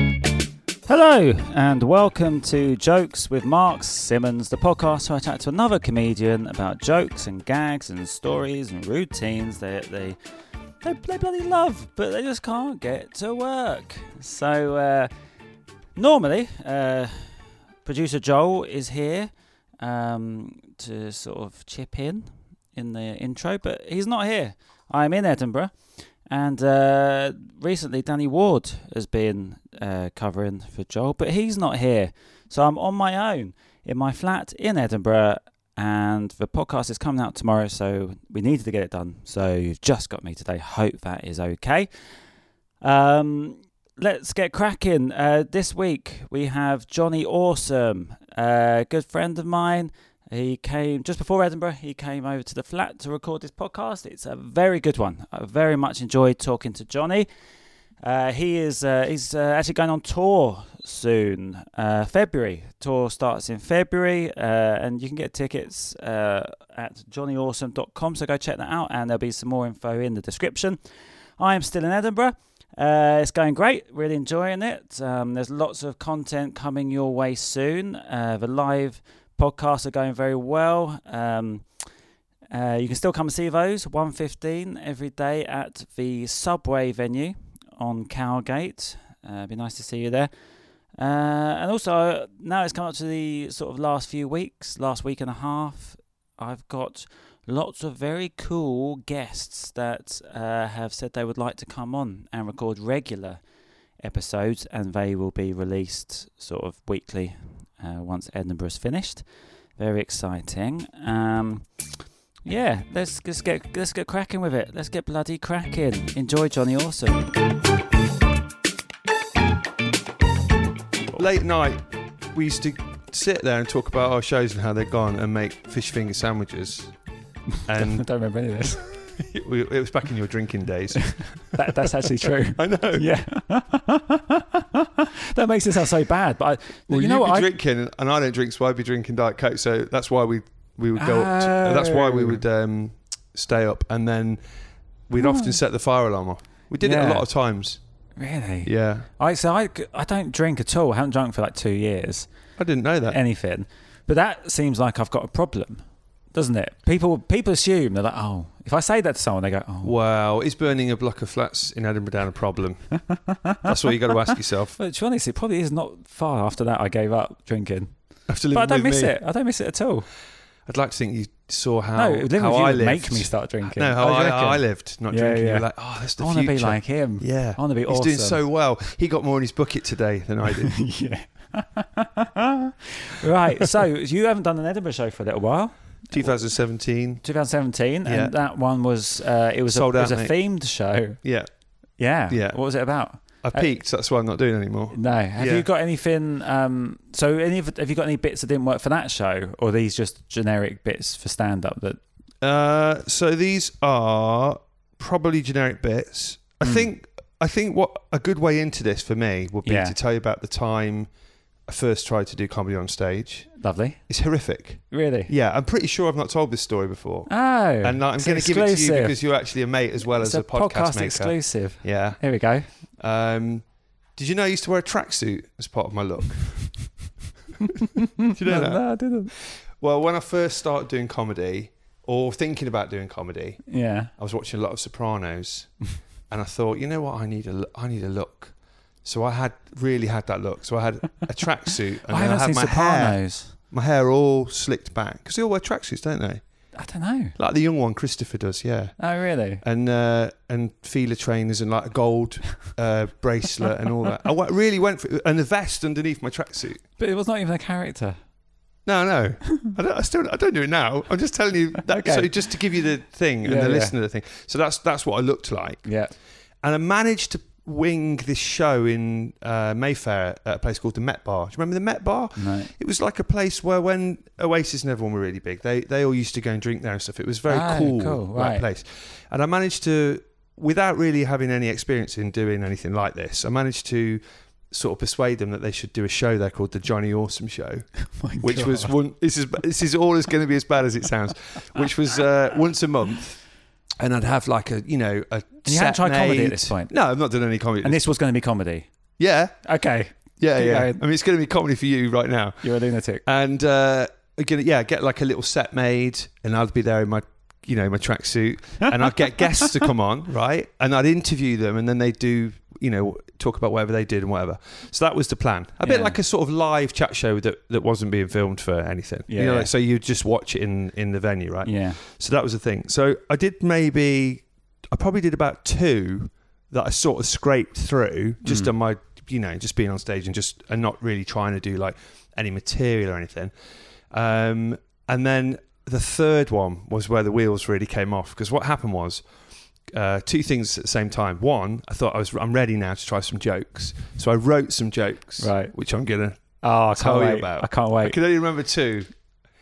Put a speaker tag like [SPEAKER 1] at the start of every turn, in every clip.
[SPEAKER 1] Hello, and welcome to Jokes with Mark Simmons, the podcast where I chat to another comedian about jokes and gags and stories and routines that they, they, they bloody love, but they just can't get to work. So, uh, normally, uh, producer Joel is here um, to sort of chip in in the intro, but he's not here. I'm in Edinburgh. And uh, recently, Danny Ward has been uh, covering for Joel, but he's not here. So I'm on my own in my flat in Edinburgh, and the podcast is coming out tomorrow. So we needed to get it done. So you've just got me today. Hope that is okay. Um, let's get cracking. Uh, this week, we have Johnny Awesome, a good friend of mine. He came just before Edinburgh. He came over to the flat to record this podcast. It's a very good one. I very much enjoyed talking to Johnny. Uh, he is uh, he's uh, actually going on tour soon. Uh, February tour starts in February, uh, and you can get tickets uh, at johnnyawesome.com. So go check that out, and there'll be some more info in the description. I am still in Edinburgh. Uh, it's going great, really enjoying it. Um, there's lots of content coming your way soon. Uh, the live podcasts are going very well. Um, uh, you can still come and see those 115 every day at the Subway venue on Cowgate. Uh, it'd be nice to see you there. Uh, and also, now it's come up to the sort of last few weeks, last week and a half. I've got lots of very cool guests that uh, have said they would like to come on and record regular episodes, and they will be released sort of weekly uh, once Edinburgh's finished. Very exciting. Um, yeah, let's just get let's get cracking with it. Let's get bloody cracking. Enjoy Johnny Awesome.
[SPEAKER 2] late night, we used to sit there and talk about our shows and how they're gone and make fish finger sandwiches. And
[SPEAKER 3] don't remember any of this.
[SPEAKER 2] it we- it was back in your drinking days.
[SPEAKER 3] That, that's actually true.
[SPEAKER 2] I know.
[SPEAKER 3] Yeah. that makes it sound so bad, but I,
[SPEAKER 2] Well,
[SPEAKER 3] you know
[SPEAKER 2] would
[SPEAKER 3] what?
[SPEAKER 2] be
[SPEAKER 3] I,
[SPEAKER 2] drinking, and I don't drink, so I'd be drinking Diet Coke. So that's why we we would go. Up to, uh,
[SPEAKER 3] Oh.
[SPEAKER 2] that's why we would um, stay up, and then we'd often set the fire alarm off. We did it
[SPEAKER 3] Hmm. Yeah.
[SPEAKER 2] a lot of times.
[SPEAKER 3] really?
[SPEAKER 2] Yeah,
[SPEAKER 3] I so I, I don't drink at all. I haven't drunk for like two years.
[SPEAKER 2] I didn't know that.
[SPEAKER 3] Anything, but that seems like I've got a problem, doesn't it? People people assume they're like, oh, if I say that to someone, they go, oh,
[SPEAKER 2] wow, is burning a block of flats in Edinburgh down a problem? that's what you got to ask yourself.
[SPEAKER 3] but to be honest, it probably is not far after that I gave up drinking.
[SPEAKER 2] After
[SPEAKER 3] But
[SPEAKER 2] living
[SPEAKER 3] I don't
[SPEAKER 2] with
[SPEAKER 3] miss
[SPEAKER 2] me,
[SPEAKER 3] it. I don't miss it at all.
[SPEAKER 2] I'd like to think you saw how
[SPEAKER 3] no, living
[SPEAKER 2] how
[SPEAKER 3] with you
[SPEAKER 2] I
[SPEAKER 3] would
[SPEAKER 2] lived.
[SPEAKER 3] make me start drinking.
[SPEAKER 2] No, how
[SPEAKER 3] Oh, do
[SPEAKER 2] I,
[SPEAKER 3] you
[SPEAKER 2] how I
[SPEAKER 3] reckon?
[SPEAKER 2] lived, not
[SPEAKER 3] Yeah,
[SPEAKER 2] drinking.
[SPEAKER 3] yeah.
[SPEAKER 2] You're like, oh, that's the
[SPEAKER 3] I want to be
[SPEAKER 2] future.
[SPEAKER 3] like him.
[SPEAKER 2] yeah,
[SPEAKER 3] I want to be
[SPEAKER 2] He's
[SPEAKER 3] awesome.
[SPEAKER 2] doing so well. He got more in his bucket today than I did.
[SPEAKER 3] yeah. right. So you haven't done an Edinburgh show for a little while.
[SPEAKER 2] 2017.
[SPEAKER 3] 2017,
[SPEAKER 2] Yeah.
[SPEAKER 3] and that one was uh, it was
[SPEAKER 2] Sold
[SPEAKER 3] a, it was
[SPEAKER 2] out,
[SPEAKER 3] a
[SPEAKER 2] mate.
[SPEAKER 3] themed show.
[SPEAKER 2] Yeah,
[SPEAKER 3] Yeah.
[SPEAKER 2] Yeah.
[SPEAKER 3] What was it about?
[SPEAKER 2] I peaked. That's why I'm not doing it anymore.
[SPEAKER 3] No. Have
[SPEAKER 2] Yeah.
[SPEAKER 3] you got anything? Um, so any of, have you got any bits that didn't work for that show, or are these just generic bits for stand up that?
[SPEAKER 2] Uh, so these are probably generic bits. I
[SPEAKER 3] Hmm.
[SPEAKER 2] think. I think what a good way into this for me would be
[SPEAKER 3] Yeah.
[SPEAKER 2] to tell you about the time I first tried to do comedy on stage.
[SPEAKER 3] Lovely.
[SPEAKER 2] It's horrific.
[SPEAKER 3] Really.
[SPEAKER 2] Yeah, I'm pretty sure I've not told this story before.
[SPEAKER 3] Oh.
[SPEAKER 2] and like, I'm
[SPEAKER 3] it's
[SPEAKER 2] going to give it to you
[SPEAKER 3] exclusive.
[SPEAKER 2] because you're actually a mate as well
[SPEAKER 3] it's
[SPEAKER 2] as a, podcast, maker.
[SPEAKER 3] exclusive.
[SPEAKER 2] Yeah.
[SPEAKER 3] Here we go.
[SPEAKER 2] Um, did you know I used to wear a tracksuit as part of my look? Do you know
[SPEAKER 3] no,
[SPEAKER 2] that?
[SPEAKER 3] no, I didn't.
[SPEAKER 2] Well, when I first started doing comedy or thinking about doing comedy,
[SPEAKER 1] Yeah.
[SPEAKER 2] I was watching a lot of Sopranos, and I thought, you know what, I need a, l- I need a look. So I had really had that look. So I had a tracksuit, and
[SPEAKER 1] I
[SPEAKER 2] then
[SPEAKER 1] haven't
[SPEAKER 2] I had
[SPEAKER 1] seen
[SPEAKER 2] my hair,
[SPEAKER 1] Sopranos.
[SPEAKER 2] my hair all slicked back because they all wear tracksuits, don't they?
[SPEAKER 1] I don't know.
[SPEAKER 2] Like the young one, Christopher does, yeah.
[SPEAKER 1] Oh, really?
[SPEAKER 2] And uh, and feeler trainers and like a gold uh, bracelet and all that. I w- really went for it. and the vest underneath my tracksuit.
[SPEAKER 1] But it was not even a character.
[SPEAKER 2] No, no, I, don't, I still I don't do it now. I'm just telling you that
[SPEAKER 1] Okay.
[SPEAKER 2] so just to give you the thing and
[SPEAKER 1] Yeah,
[SPEAKER 2] the
[SPEAKER 1] yeah.
[SPEAKER 2] listener the thing. So that's that's what I looked like.
[SPEAKER 1] Yeah.
[SPEAKER 2] and I managed to wing this show in uh, Mayfair at a place called the Met Bar. Do you remember the Met Bar?
[SPEAKER 1] No.
[SPEAKER 2] It was like a place where when Oasis and everyone were really big, they they all used to go and drink there and stuff. It was very
[SPEAKER 1] Ah,
[SPEAKER 2] cool,
[SPEAKER 1] cool,
[SPEAKER 2] like,
[SPEAKER 1] right.
[SPEAKER 2] place. And I managed to, without really having any experience in doing anything like this, I managed to sort of persuade them that they should do a show there called the Johnny Awesome Show, which was one. This is this is all is going to be as bad as it sounds, which was uh, once a month. And I'd have like a, you know, a.
[SPEAKER 1] you hadn't
[SPEAKER 2] set
[SPEAKER 1] tried comedy at
[SPEAKER 2] mate.
[SPEAKER 1] this point?
[SPEAKER 2] No, I've not done any comedy.
[SPEAKER 1] And this was going to be comedy.
[SPEAKER 2] yeah,
[SPEAKER 1] Okay.
[SPEAKER 2] yeah,
[SPEAKER 1] Keep
[SPEAKER 2] yeah.
[SPEAKER 1] going.
[SPEAKER 2] I mean, it's going to be comedy for you right now.
[SPEAKER 1] You're a lunatic.
[SPEAKER 2] And uh, again, yeah, get like a little set made, and I'd be there in my, you know, my tracksuit, and I'd get guests to come on, right? And I'd interview them, and then they do, you know, talk about whatever they did and whatever. So that was the plan. A bit
[SPEAKER 1] Yeah.
[SPEAKER 2] like a sort of live chat show that, that wasn't being filmed for anything.
[SPEAKER 1] Yeah,
[SPEAKER 2] you know,
[SPEAKER 1] yeah.
[SPEAKER 2] like, so you just watch it in in the venue, right?
[SPEAKER 1] Yeah.
[SPEAKER 2] So that was the thing. So I did maybe, I probably did about two that I sort of scraped through
[SPEAKER 1] Mm.
[SPEAKER 2] just on my, you know, just being on stage and just and not really trying to do like any material or anything. Um, and then the third one was where the wheels really came off because what happened was. Uh, two things at the same time. One, I thought I was I'm ready now to try some jokes, so I wrote some jokes,
[SPEAKER 1] Right.
[SPEAKER 2] Which I'm gonna
[SPEAKER 1] Oh, I can't
[SPEAKER 2] tell you
[SPEAKER 1] wait.
[SPEAKER 2] about.
[SPEAKER 1] I can't
[SPEAKER 2] I
[SPEAKER 1] wait.
[SPEAKER 2] can only remember two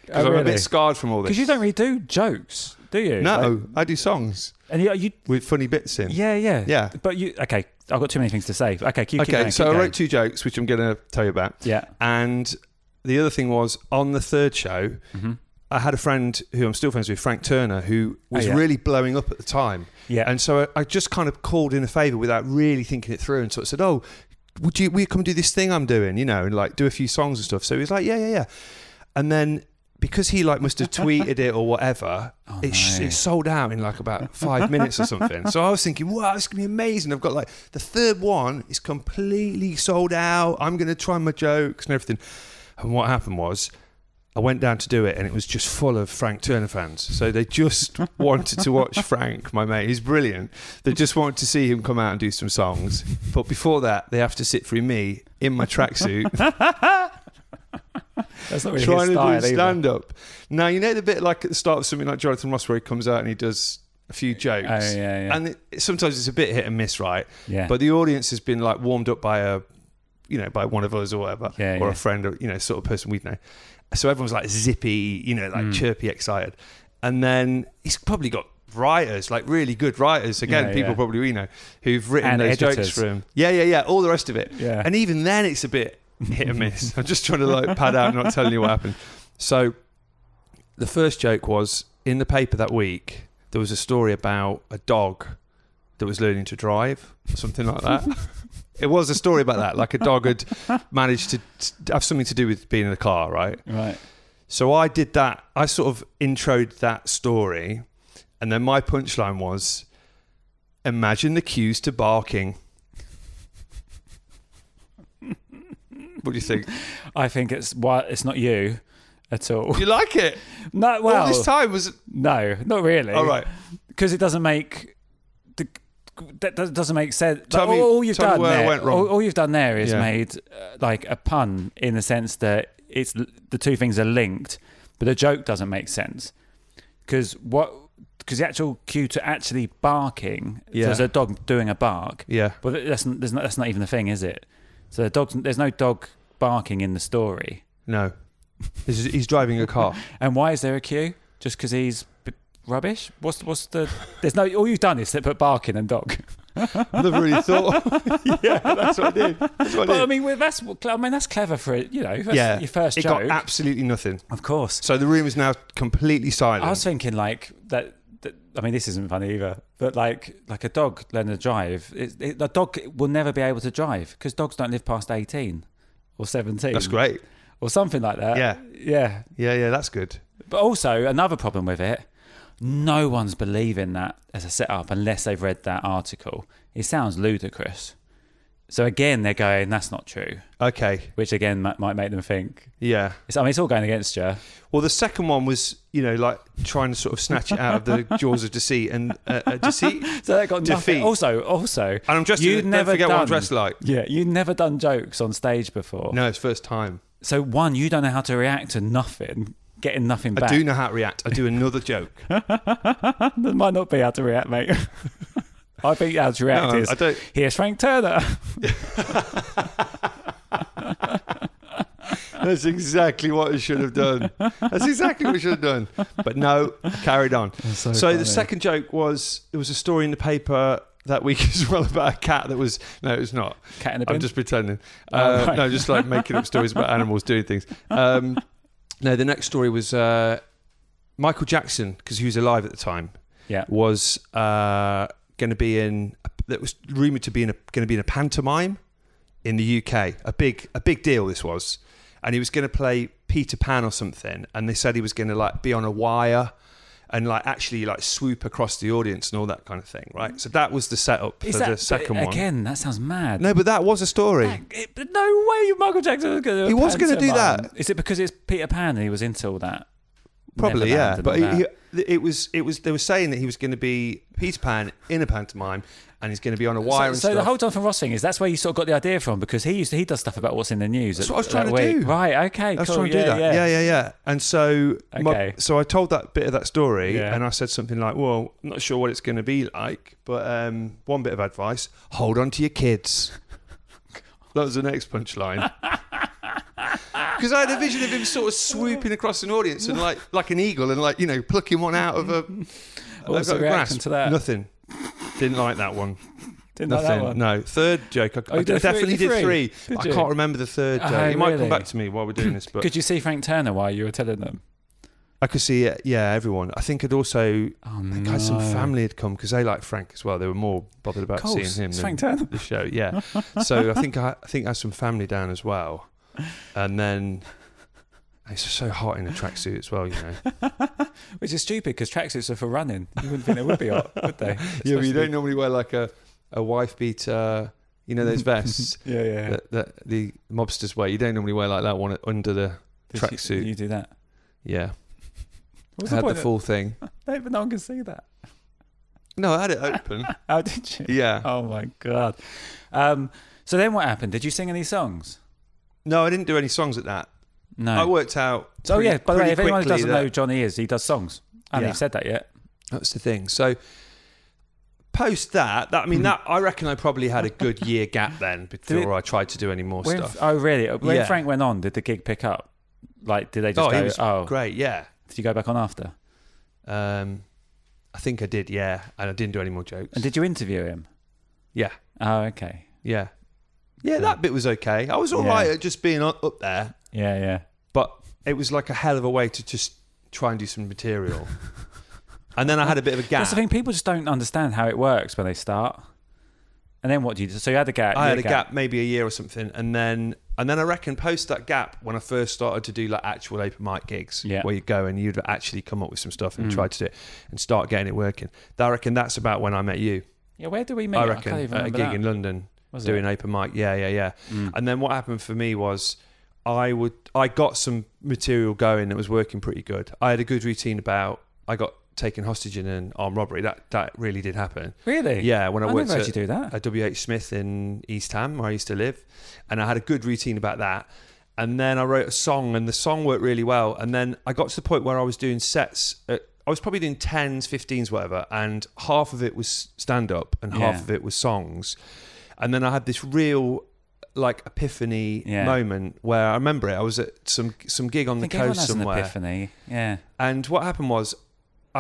[SPEAKER 2] because
[SPEAKER 1] Oh,
[SPEAKER 2] I'm a
[SPEAKER 1] really?
[SPEAKER 2] bit scarred from all this.
[SPEAKER 1] Because you don't really do jokes, do you? Like-
[SPEAKER 2] no, I do songs
[SPEAKER 1] and you, you
[SPEAKER 2] with funny bits in.
[SPEAKER 1] Yeah, yeah,
[SPEAKER 2] Yeah.
[SPEAKER 1] But you, okay? I've got too many things to say. Okay, keep. keep
[SPEAKER 2] Okay,
[SPEAKER 1] going,
[SPEAKER 2] so
[SPEAKER 1] keep
[SPEAKER 2] I
[SPEAKER 1] going.
[SPEAKER 2] wrote two jokes, which I'm going to tell you about.
[SPEAKER 1] Yeah.
[SPEAKER 2] And the other thing was on the third show,
[SPEAKER 1] Mm-hmm.
[SPEAKER 2] I had a friend who I'm still friends with, Frank Turner, who was
[SPEAKER 1] Oh, yeah.
[SPEAKER 2] really blowing up at the time.
[SPEAKER 1] Yeah.
[SPEAKER 2] And so I, I just kind of called in a favor without really thinking it through and sort of said, Oh, would you, will you come do this thing I'm doing, you know, and like do a few songs and stuff. So he was like, Yeah, yeah, yeah. And then because he like must have tweeted it or whatever, it, sh-
[SPEAKER 1] no.
[SPEAKER 2] it sold out in like about five minutes or something. So I was thinking, wow, this is gonna be amazing. I've got like the third one is completely sold out. I'm gonna try my jokes and everything. And what happened was, I went down to do it, and it was just full of Frank Turner fans. So they just wanted to watch Frank, my mate. He's brilliant. They just wanted to see him come out and do some songs. But before that, they have to sit through me in my tracksuit
[SPEAKER 1] That's not really
[SPEAKER 2] trying
[SPEAKER 1] his style
[SPEAKER 2] to do
[SPEAKER 1] either.
[SPEAKER 2] stand up. Now you know the bit like at the start of something like Jonathan Ross where he comes out and he does a few jokes.
[SPEAKER 1] Oh, yeah, yeah.
[SPEAKER 2] And it, it- sometimes it's a bit hit and miss, right?
[SPEAKER 1] Yeah.
[SPEAKER 2] But the audience has been like warmed up by a, you know, by one of us or whatever,
[SPEAKER 1] Yeah,
[SPEAKER 2] or
[SPEAKER 1] yeah.
[SPEAKER 2] a friend or you know, sort of person we'd know. So everyone's like zippy, you know, like
[SPEAKER 1] Mm.
[SPEAKER 2] chirpy, excited, and then he's probably got writers like really good writers again
[SPEAKER 1] Yeah,
[SPEAKER 2] people
[SPEAKER 1] yeah.
[SPEAKER 2] probably we know who've written
[SPEAKER 1] And
[SPEAKER 2] those jokes
[SPEAKER 1] editors.
[SPEAKER 2] for him yeah yeah yeah all the rest of it
[SPEAKER 1] Yeah.
[SPEAKER 2] and even then it's a bit hit and miss i'm just trying to like pad out and not telling you what happened so the first joke was in the paper that week. There was a story about a dog that was learning to drive, or something like that. it was a story about that, like a dog had managed to to have something to do with being in the car, right?
[SPEAKER 1] Right.
[SPEAKER 2] So I did that. I sort of introed that story, and then my punchline was, "Imagine the cues to barking." What do you think?
[SPEAKER 1] I think it's why it's not you at all.
[SPEAKER 2] You like it?
[SPEAKER 1] No. Well, eh.
[SPEAKER 2] All this time was
[SPEAKER 1] no, not really.
[SPEAKER 2] all right.
[SPEAKER 1] Because it doesn't make the. That that doesn't make sense.
[SPEAKER 2] Tell
[SPEAKER 1] Like,
[SPEAKER 2] me-
[SPEAKER 1] all you've
[SPEAKER 2] tell me
[SPEAKER 1] done
[SPEAKER 2] where I
[SPEAKER 1] there,
[SPEAKER 2] went wrong.
[SPEAKER 1] All, all you've done there is
[SPEAKER 2] Yeah.
[SPEAKER 1] made uh, like a pun in the sense that it's the two things are linked, but the joke doesn't make sense because what because the actual cue to actually barking
[SPEAKER 2] Yeah.
[SPEAKER 1] there's a dog doing a bark.
[SPEAKER 2] Yeah.
[SPEAKER 1] Well, th- that's n- there's not, that's not even the thing, is it? So the dog's, there's no dog barking in the story.
[SPEAKER 2] No. He's, he's driving a car.
[SPEAKER 1] And why is there a queue? Just because he's b- rubbish? What's what's the? There's no. All you've done is put barking and dog.
[SPEAKER 2] Never really thought. yeah, that's what I did. That's what I
[SPEAKER 1] But
[SPEAKER 2] did.
[SPEAKER 1] I mean, well, that's what- I mean that's clever for it. You know, that's
[SPEAKER 2] yeah,
[SPEAKER 1] your first
[SPEAKER 2] it
[SPEAKER 1] joke.
[SPEAKER 2] got absolutely nothing.
[SPEAKER 1] of course.
[SPEAKER 2] So the room is now completely silent.
[SPEAKER 1] I was thinking like that. that- I mean, this isn't funny either. But like, like a dog learning to drive, it, it, a dog will never be able to drive because dogs don't live past eighteen or seventeen.
[SPEAKER 2] that's great.
[SPEAKER 1] or something like that.
[SPEAKER 2] Yeah.
[SPEAKER 1] yeah.
[SPEAKER 2] Yeah, yeah, that's good.
[SPEAKER 1] But also another problem with it, no one's believing that as a setup unless they've read that article. It sounds ludicrous. So again, they're going, "That's not true,"
[SPEAKER 2] Okay.
[SPEAKER 1] which again might, might make them think.
[SPEAKER 2] Yeah.
[SPEAKER 1] It's, I mean, it's all going against you.
[SPEAKER 2] Well, the second one was, you know, like trying to sort of snatch it out of the jaws of deceit and uh, uh, deceit.
[SPEAKER 1] So that got nothing.
[SPEAKER 2] Defeat.
[SPEAKER 1] Also, also, and
[SPEAKER 2] I'm dressed in- don't forget what I'm dressed like.
[SPEAKER 1] Yeah, you've never done jokes on stage before.
[SPEAKER 2] No, it's first time.
[SPEAKER 1] So one, you don't know how to react to nothing, getting nothing
[SPEAKER 2] I
[SPEAKER 1] back.
[SPEAKER 2] do know how to react. I do another joke.
[SPEAKER 1] That might not be how to react, mate. I think how to react
[SPEAKER 2] No,
[SPEAKER 1] is
[SPEAKER 2] Um, I don't-
[SPEAKER 1] here's Frank Turner.
[SPEAKER 2] That's exactly what I should have done. That's exactly what I should have done. But no, carried on. So, the second joke was there was a story in the paper that week as well about a cat that was no, it's not.
[SPEAKER 1] Cat in a
[SPEAKER 2] I'm
[SPEAKER 1] bin? Oh,
[SPEAKER 2] just pretending. Uh,
[SPEAKER 1] right.
[SPEAKER 2] No, just like making up stories about animals doing things. Um, no, the next story was uh, Michael Jackson because he was alive at the time.
[SPEAKER 1] Yeah.
[SPEAKER 2] was uh, going to be in that was rumored to be in going to be in a pantomime in the UK. A big a big deal this was, and he was going to play Peter Pan or something. And they said he was going to like be on a wire and like actually like swoop across the audience and all that kind of thing, right? So that was the setup for
[SPEAKER 1] Is
[SPEAKER 2] the
[SPEAKER 1] that,
[SPEAKER 2] second
[SPEAKER 1] again,
[SPEAKER 2] one.
[SPEAKER 1] that sounds mad.
[SPEAKER 2] No, but that was a story.
[SPEAKER 1] It- but no way, you Michael Jackson was going to.
[SPEAKER 2] He was gonna do that.
[SPEAKER 1] Is it because it's Peter Pan and he was into all that?
[SPEAKER 2] Probably,
[SPEAKER 1] Neverland
[SPEAKER 2] yeah.
[SPEAKER 1] and
[SPEAKER 2] But
[SPEAKER 1] all
[SPEAKER 2] he,
[SPEAKER 1] that.
[SPEAKER 2] he- it was it was they were saying that he was going to be Peter Pan in a pantomime and he's going to be on a
[SPEAKER 1] So,
[SPEAKER 2] wire and
[SPEAKER 1] so
[SPEAKER 2] stuff.
[SPEAKER 1] the whole Jonathan Ross thing is that's where you sort of got the idea from because he used to, he does stuff about what's in the news.
[SPEAKER 2] That's
[SPEAKER 1] at-
[SPEAKER 2] what I was trying
[SPEAKER 1] that
[SPEAKER 2] to
[SPEAKER 1] week.
[SPEAKER 2] do.
[SPEAKER 1] Right? Okay.
[SPEAKER 2] I was
[SPEAKER 1] cool.
[SPEAKER 2] trying to do
[SPEAKER 1] yeah,
[SPEAKER 2] that. Yeah, yeah, yeah. And so, my-
[SPEAKER 1] Okay.
[SPEAKER 2] so I told that bit of that story,
[SPEAKER 1] Yeah.
[SPEAKER 2] and I said something like, "Well, I'm not sure what it's going to be like, but um, one bit of advice: hold on to your kids." that was the next punchline. Because I had a vision of him sort of swooping across an audience and like like an eagle and like you know plucking one out of a.
[SPEAKER 1] What was
[SPEAKER 2] out
[SPEAKER 1] the
[SPEAKER 2] of a
[SPEAKER 1] reaction
[SPEAKER 2] grasp.
[SPEAKER 1] to that?
[SPEAKER 2] Nothing. Didn't like that one.
[SPEAKER 1] Didn't like
[SPEAKER 2] Nothing.
[SPEAKER 1] that one.
[SPEAKER 2] No. Third joke. I,
[SPEAKER 1] Oh,
[SPEAKER 2] I
[SPEAKER 1] you did three-
[SPEAKER 2] definitely
[SPEAKER 1] did
[SPEAKER 2] did
[SPEAKER 1] three?
[SPEAKER 2] three.
[SPEAKER 1] Did
[SPEAKER 2] but
[SPEAKER 1] you?
[SPEAKER 2] I can't remember the third joke.
[SPEAKER 1] Oh,
[SPEAKER 2] it might
[SPEAKER 1] really?
[SPEAKER 2] come back to me while we're doing this. But
[SPEAKER 1] Could you see Frank Turner while you were telling them?
[SPEAKER 2] I could see, uh, yeah, everyone. I think I'd also,
[SPEAKER 1] Oh
[SPEAKER 2] I
[SPEAKER 1] no.
[SPEAKER 2] think I had some family had come because they like Frank as well. They were more bothered about
[SPEAKER 1] Course,
[SPEAKER 2] seeing him
[SPEAKER 1] it's
[SPEAKER 2] than
[SPEAKER 1] Frank Turner.
[SPEAKER 2] the show. Yeah, so I think I, I think I had some family down as well, and then it's just so hot in a tracksuit as well. You know,
[SPEAKER 1] Which is stupid because tracksuits are for running. You wouldn't think they would be hot, would they?
[SPEAKER 2] yeah, but you
[SPEAKER 1] Especially-
[SPEAKER 2] don't normally wear like a a wife beater. You know those vests
[SPEAKER 1] Yeah, yeah.
[SPEAKER 2] that, that the mobsters wear. You don't normally wear like that one under the
[SPEAKER 1] Did
[SPEAKER 2] tracksuit.
[SPEAKER 1] You, you do that.
[SPEAKER 2] Yeah,
[SPEAKER 1] What's the
[SPEAKER 2] I had the
[SPEAKER 1] point? of-
[SPEAKER 2] full thing.
[SPEAKER 1] No, but no one can see that.
[SPEAKER 2] No, I had it open.
[SPEAKER 1] How did you?
[SPEAKER 2] yeah.
[SPEAKER 1] Oh my god. Um, so then what happened? Did you sing any songs?
[SPEAKER 2] No, I didn't do any songs at that.
[SPEAKER 1] No.
[SPEAKER 2] I worked out.
[SPEAKER 1] so
[SPEAKER 2] pretty-
[SPEAKER 1] Oh. yeah. By the way,
[SPEAKER 2] pretty
[SPEAKER 1] if anyone who
[SPEAKER 2] quickly
[SPEAKER 1] doesn't
[SPEAKER 2] that-
[SPEAKER 1] know who Johnny is, he does songs. I haven't
[SPEAKER 2] Yeah.
[SPEAKER 1] even said that yet.
[SPEAKER 2] that's the thing. So post that, that I
[SPEAKER 1] Hmm.
[SPEAKER 2] mean, that I reckon I probably had a good year gap then before I tried to do any more
[SPEAKER 1] When,
[SPEAKER 2] stuff.
[SPEAKER 1] oh really? When
[SPEAKER 2] Yeah.
[SPEAKER 1] Frank went on, did the gig pick up? Like, did they just
[SPEAKER 2] oh,
[SPEAKER 1] go?
[SPEAKER 2] he was
[SPEAKER 1] oh,
[SPEAKER 2] great. Yeah,
[SPEAKER 1] did you go back on after?
[SPEAKER 2] um, I think I did. Yeah, and I didn't do any more jokes.
[SPEAKER 1] And did you interview him?
[SPEAKER 2] yeah,
[SPEAKER 1] Oh, okay.
[SPEAKER 2] yeah, yeah. That bit was okay. I was all right
[SPEAKER 1] Yeah.
[SPEAKER 2] at just being up up there,
[SPEAKER 1] Yeah, yeah.
[SPEAKER 2] but it was like a hell of a way to just try and do some material. and then I had a bit of a gap.
[SPEAKER 1] That's the thing. People just don't understand how it works when they start. And then what do you do? So you had a gap.
[SPEAKER 2] I had a gap, maybe a year or something, and then and then I reckon post that gap when I first started to do like actual open mic gigs,
[SPEAKER 1] Yeah. Mm.
[SPEAKER 2] where you go and you'd actually come up with some stuff and try to do it and start getting it working. That, I reckon that's about when I met you.
[SPEAKER 1] Yeah, where do we meet?
[SPEAKER 2] I
[SPEAKER 1] I
[SPEAKER 2] reckon
[SPEAKER 1] can't even
[SPEAKER 2] at a
[SPEAKER 1] remember
[SPEAKER 2] gig
[SPEAKER 1] that.
[SPEAKER 2] in London
[SPEAKER 1] Was
[SPEAKER 2] doing open mic. Yeah, yeah, yeah. And then what happened for me was I would I got some material going that was working pretty good. I had a good routine about I got taken hostage in an armed robbery. That that really did happen.
[SPEAKER 1] Really?
[SPEAKER 2] Yeah, when I,
[SPEAKER 1] I
[SPEAKER 2] worked
[SPEAKER 1] never
[SPEAKER 2] at,
[SPEAKER 1] actually do that.
[SPEAKER 2] at WH Smith in East Ham, where I used to live, and I had a good routine about that. And then I wrote a song, and the song worked really well. And then I got to the point where I was doing sets. At, I was probably doing tens, fifteens, whatever, and half of it was stand up, and
[SPEAKER 1] Yeah.
[SPEAKER 2] half of it was songs. And then I had this real like epiphany
[SPEAKER 1] Yeah.
[SPEAKER 2] moment where I remember it. I was at some some gig on
[SPEAKER 1] I
[SPEAKER 2] the
[SPEAKER 1] think everyone
[SPEAKER 2] coast
[SPEAKER 1] has an
[SPEAKER 2] somewhere.
[SPEAKER 1] epiphany. Yeah.
[SPEAKER 2] And what happened was,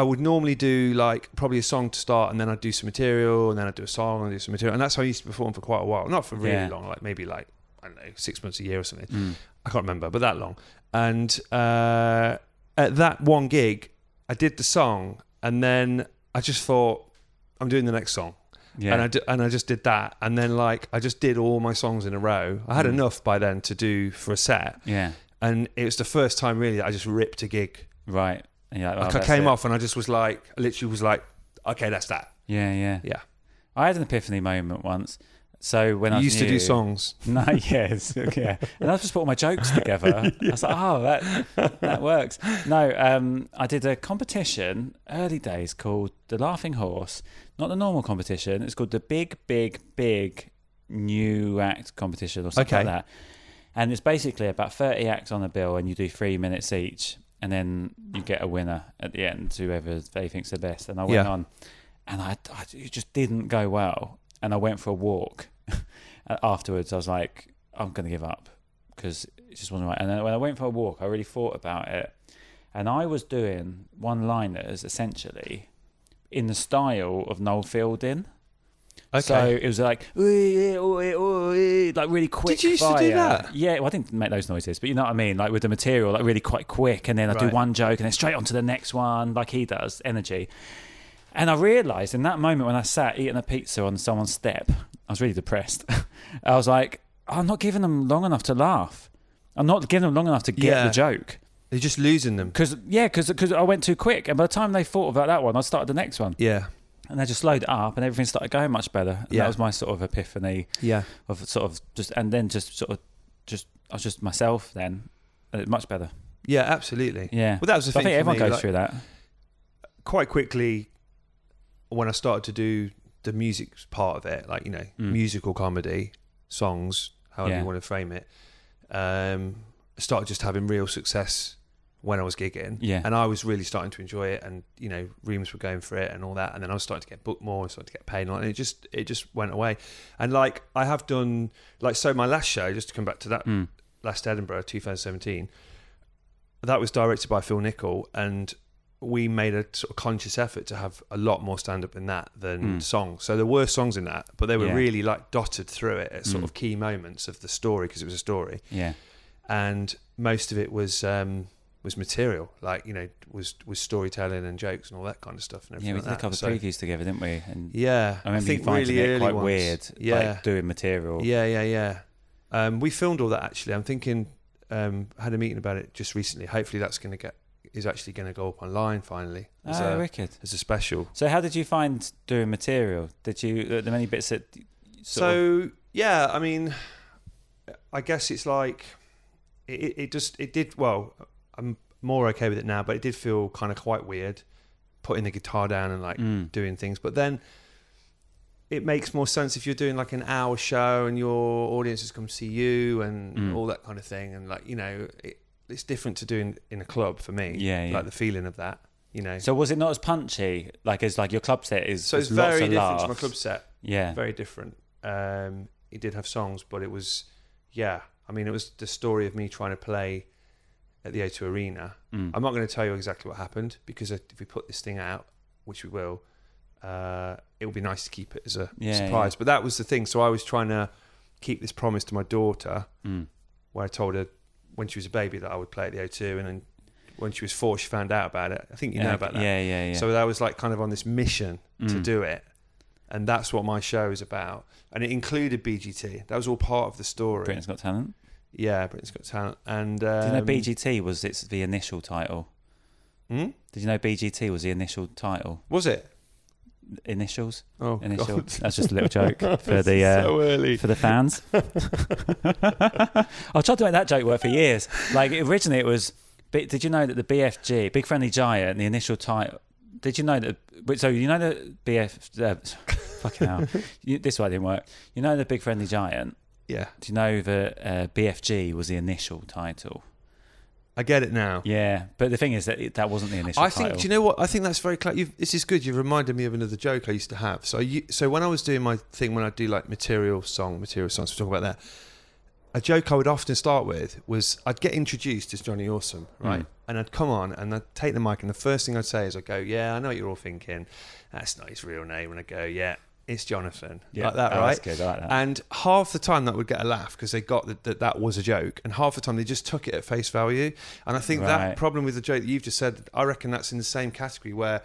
[SPEAKER 2] I would normally do like probably a song to start, and then I'd do some material, and then I'd do a song and do some material, and that's how I used to perform for quite a while, not for really
[SPEAKER 1] Yeah. Mm.
[SPEAKER 2] long, like maybe like I don't know, six months, a year or something. I can't remember, but that long. And uh, at that one gig, I did the song, and then I just thought, I'm doing the next song.
[SPEAKER 1] Yeah.
[SPEAKER 2] And I d- and I just did that, and then like I just did all my songs in a row. I had enough by then to do for a set,
[SPEAKER 1] Mm. Yeah.
[SPEAKER 2] and it was the first time really that I just ripped a gig.
[SPEAKER 1] Right. And you're like,
[SPEAKER 2] Like
[SPEAKER 1] oh,
[SPEAKER 2] I
[SPEAKER 1] that's
[SPEAKER 2] came
[SPEAKER 1] it.
[SPEAKER 2] off and I just was like, I literally was like, okay, that's that.
[SPEAKER 1] Yeah, yeah,
[SPEAKER 2] Yeah,
[SPEAKER 1] I had an epiphany moment once. So when I
[SPEAKER 2] you
[SPEAKER 1] was
[SPEAKER 2] used to
[SPEAKER 1] new-
[SPEAKER 2] do songs.
[SPEAKER 1] No, yes, yeah. And I just put all my jokes together. I was like, oh, that that works. No, um, I did a competition early days called the Laughing Horse. Not the normal competition. It's called the Big, Big, Big New Act Competition or something
[SPEAKER 2] Okay.
[SPEAKER 1] like that. And it's basically about thirty acts on a bill, and you do three minutes each, and then you get a winner at the end, whoever they think's the best. And I went
[SPEAKER 2] Yeah.
[SPEAKER 1] on and I, I- it just didn't go well. And I went for a walk. and afterwards, I was like, I'm going to give up because it just wasn't right. And then when I went for a walk, I really thought about it. And I was doing one liners essentially in the style of Noel Fielding.
[SPEAKER 2] Okay.
[SPEAKER 1] So it was like, "Ooh, yeah, ooh, yeah, ooh, yeah," like really quick.
[SPEAKER 2] you used to do
[SPEAKER 1] fire.
[SPEAKER 2] that?
[SPEAKER 1] Yeah, well, I didn't make those noises, but you know what I mean? Like with the material, like really quite quick. And then I do
[SPEAKER 2] Right.
[SPEAKER 1] one joke and then straight on to the next one, like he does, energy. And I realised in that moment when I sat eating a pizza on someone's step, I was really depressed. I was like, I'm not giving them long enough to laugh. I'm not giving them long enough to get
[SPEAKER 2] Yeah.
[SPEAKER 1] the joke.
[SPEAKER 2] You're just losing them.
[SPEAKER 1] Because, yeah, because I went too quick. And by the time they thought about that one, I started the next one.
[SPEAKER 2] Yeah,
[SPEAKER 1] And they just slowed it up and everything started going much better. And
[SPEAKER 2] Yeah.
[SPEAKER 1] that was my sort of epiphany
[SPEAKER 2] yeah.
[SPEAKER 1] of sort of just, and then just sort of, just, I was just myself then. Uh, Much better.
[SPEAKER 2] Yeah, absolutely.
[SPEAKER 1] Yeah.
[SPEAKER 2] Well, that was the
[SPEAKER 1] But
[SPEAKER 2] thing.
[SPEAKER 1] I think
[SPEAKER 2] for
[SPEAKER 1] everyone
[SPEAKER 2] me,
[SPEAKER 1] goes
[SPEAKER 2] like,
[SPEAKER 1] through that.
[SPEAKER 2] Quite quickly, when I started to do the music part of it, like you know, musical comedy, songs, however
[SPEAKER 1] Mm. Yeah.
[SPEAKER 2] you want to frame it, um, I started just having real success when I was gigging.
[SPEAKER 1] Yeah.
[SPEAKER 2] And I was really starting to enjoy it, and you know, rooms were going for it and all that. And then I was starting to get booked more, I started to get paid, and all that, and it just it just went away. And like I have done, like so, my last show, just to come back to that,
[SPEAKER 1] Mm.
[SPEAKER 2] last Edinburgh, 2017 that was directed by Phil Nichol, and we made a sort of conscious effort to have a lot more stand up in that than songs. So there were songs in that, but they were
[SPEAKER 1] Hmm. Yeah. Hmm.
[SPEAKER 2] really like dotted through it at sort of key moments of the story because it was a story,
[SPEAKER 1] Yeah.
[SPEAKER 2] and most of it was um, was material, like you know, was was storytelling and jokes and all that kind of stuff. And
[SPEAKER 1] Yeah,
[SPEAKER 2] everything
[SPEAKER 1] we
[SPEAKER 2] like
[SPEAKER 1] did a couple
[SPEAKER 2] that.
[SPEAKER 1] of
[SPEAKER 2] So,
[SPEAKER 1] previews together, didn't we? And
[SPEAKER 2] yeah,
[SPEAKER 1] I remember
[SPEAKER 2] think
[SPEAKER 1] you finding
[SPEAKER 2] really
[SPEAKER 1] it
[SPEAKER 2] early
[SPEAKER 1] quite
[SPEAKER 2] ones.
[SPEAKER 1] weird,
[SPEAKER 2] Yeah,
[SPEAKER 1] like doing material.
[SPEAKER 2] yeah, yeah, yeah. Um, we filmed all that actually. I'm thinking um, I had a meeting about it just recently. Hopefully, that's going to get is actually going to go up online finally as,
[SPEAKER 1] Oh,
[SPEAKER 2] a,
[SPEAKER 1] wicked.
[SPEAKER 2] as a special.
[SPEAKER 1] So, how did you find doing material? Did you are there many bits that sort of,
[SPEAKER 2] So yeah, I mean, I guess it's like it- it, it just it did well. I'm more okay with it now, but it did feel kind of quite weird putting the guitar down and like
[SPEAKER 1] Mm.
[SPEAKER 2] doing things. But then it makes more sense if you're doing like an hour show and your audience has come to see you and
[SPEAKER 1] Mm.
[SPEAKER 2] all that kind of thing. And like you know, it, it's different to doing in a club for me.
[SPEAKER 1] Yeah, yeah.
[SPEAKER 2] like the feeling of that. You know,
[SPEAKER 1] so was it not as punchy? Like as like your club set is.
[SPEAKER 2] so it's
[SPEAKER 1] there's lots
[SPEAKER 2] very
[SPEAKER 1] of
[SPEAKER 2] different to my
[SPEAKER 1] laughs.
[SPEAKER 2] club set
[SPEAKER 1] Yeah,
[SPEAKER 2] very different. Um, it did have songs, but it was, yeah. I mean, it was the story of me trying to play at the O2 Arena.
[SPEAKER 1] Mm.
[SPEAKER 2] I'm not going to tell you exactly what happened because if we put this thing out, which we will, uh, it would be nice to keep it as a
[SPEAKER 1] Yeah,
[SPEAKER 2] surprise. But that was the thing. So I was trying to keep this promise to my daughter,
[SPEAKER 1] Mm.
[SPEAKER 2] where I told her when she was a baby that I would play at the O2, and then when she was four, she found out about it. I think you know
[SPEAKER 1] Yeah,
[SPEAKER 2] about that.
[SPEAKER 1] yeah, yeah, Mm. yeah.
[SPEAKER 2] So I was like kind of on this mission to do it and that's what my show is about. And it included BGT. That was all part of the story.
[SPEAKER 1] Britain's Got Talent.
[SPEAKER 2] Yeah, Britain's Got Talent. And
[SPEAKER 1] Did
[SPEAKER 2] um,
[SPEAKER 1] you know BGT was its the initial title?
[SPEAKER 2] Hmm?
[SPEAKER 1] Did you know BGT was the initial title?
[SPEAKER 2] Was it?
[SPEAKER 1] Initials.
[SPEAKER 2] Oh,
[SPEAKER 1] Initial.
[SPEAKER 2] God.
[SPEAKER 1] That's just a little joke for the uh,
[SPEAKER 2] so early.
[SPEAKER 1] for the fans. I tried to make that joke work for years. Like originally, it was. bi- Did you know that the BFG, Big Friendly Giant, the initial title? Did you know that? but- So you know the BF. Uh, fucking hell, you, this one didn't work. You know the Big Friendly Giant.
[SPEAKER 2] yeah,
[SPEAKER 1] Do you know that uh, BFG was the initial title?
[SPEAKER 2] I get it now.
[SPEAKER 1] Yeah, but the thing is that it, that wasn't the initial.
[SPEAKER 2] I
[SPEAKER 1] title.
[SPEAKER 2] think. Do you know what? I think that's very clever. You've, this is good. You've reminded me of another joke I used to have. So, you, so when I was doing my thing, when I do like material song, material songs, we talk about that. A joke I would often start with was I'd get introduced as Johnny Awesome,
[SPEAKER 1] Mm.
[SPEAKER 2] right? And I'd come on and I'd take the mic, and the first thing I'd say is I'd go, "Yeah, I know what you're all thinking. That's not his real name." And I go, "Yeah." It's Jonathan,
[SPEAKER 1] Yeah,
[SPEAKER 2] like that,
[SPEAKER 1] oh,
[SPEAKER 2] right?
[SPEAKER 1] that's good. I like that.
[SPEAKER 2] And half the time that would get a laugh because they got that, that that was a joke, and half the time they just took it at face value. And I think that
[SPEAKER 1] Right.
[SPEAKER 2] problem with the joke that you've just said, I reckon that's in the same category where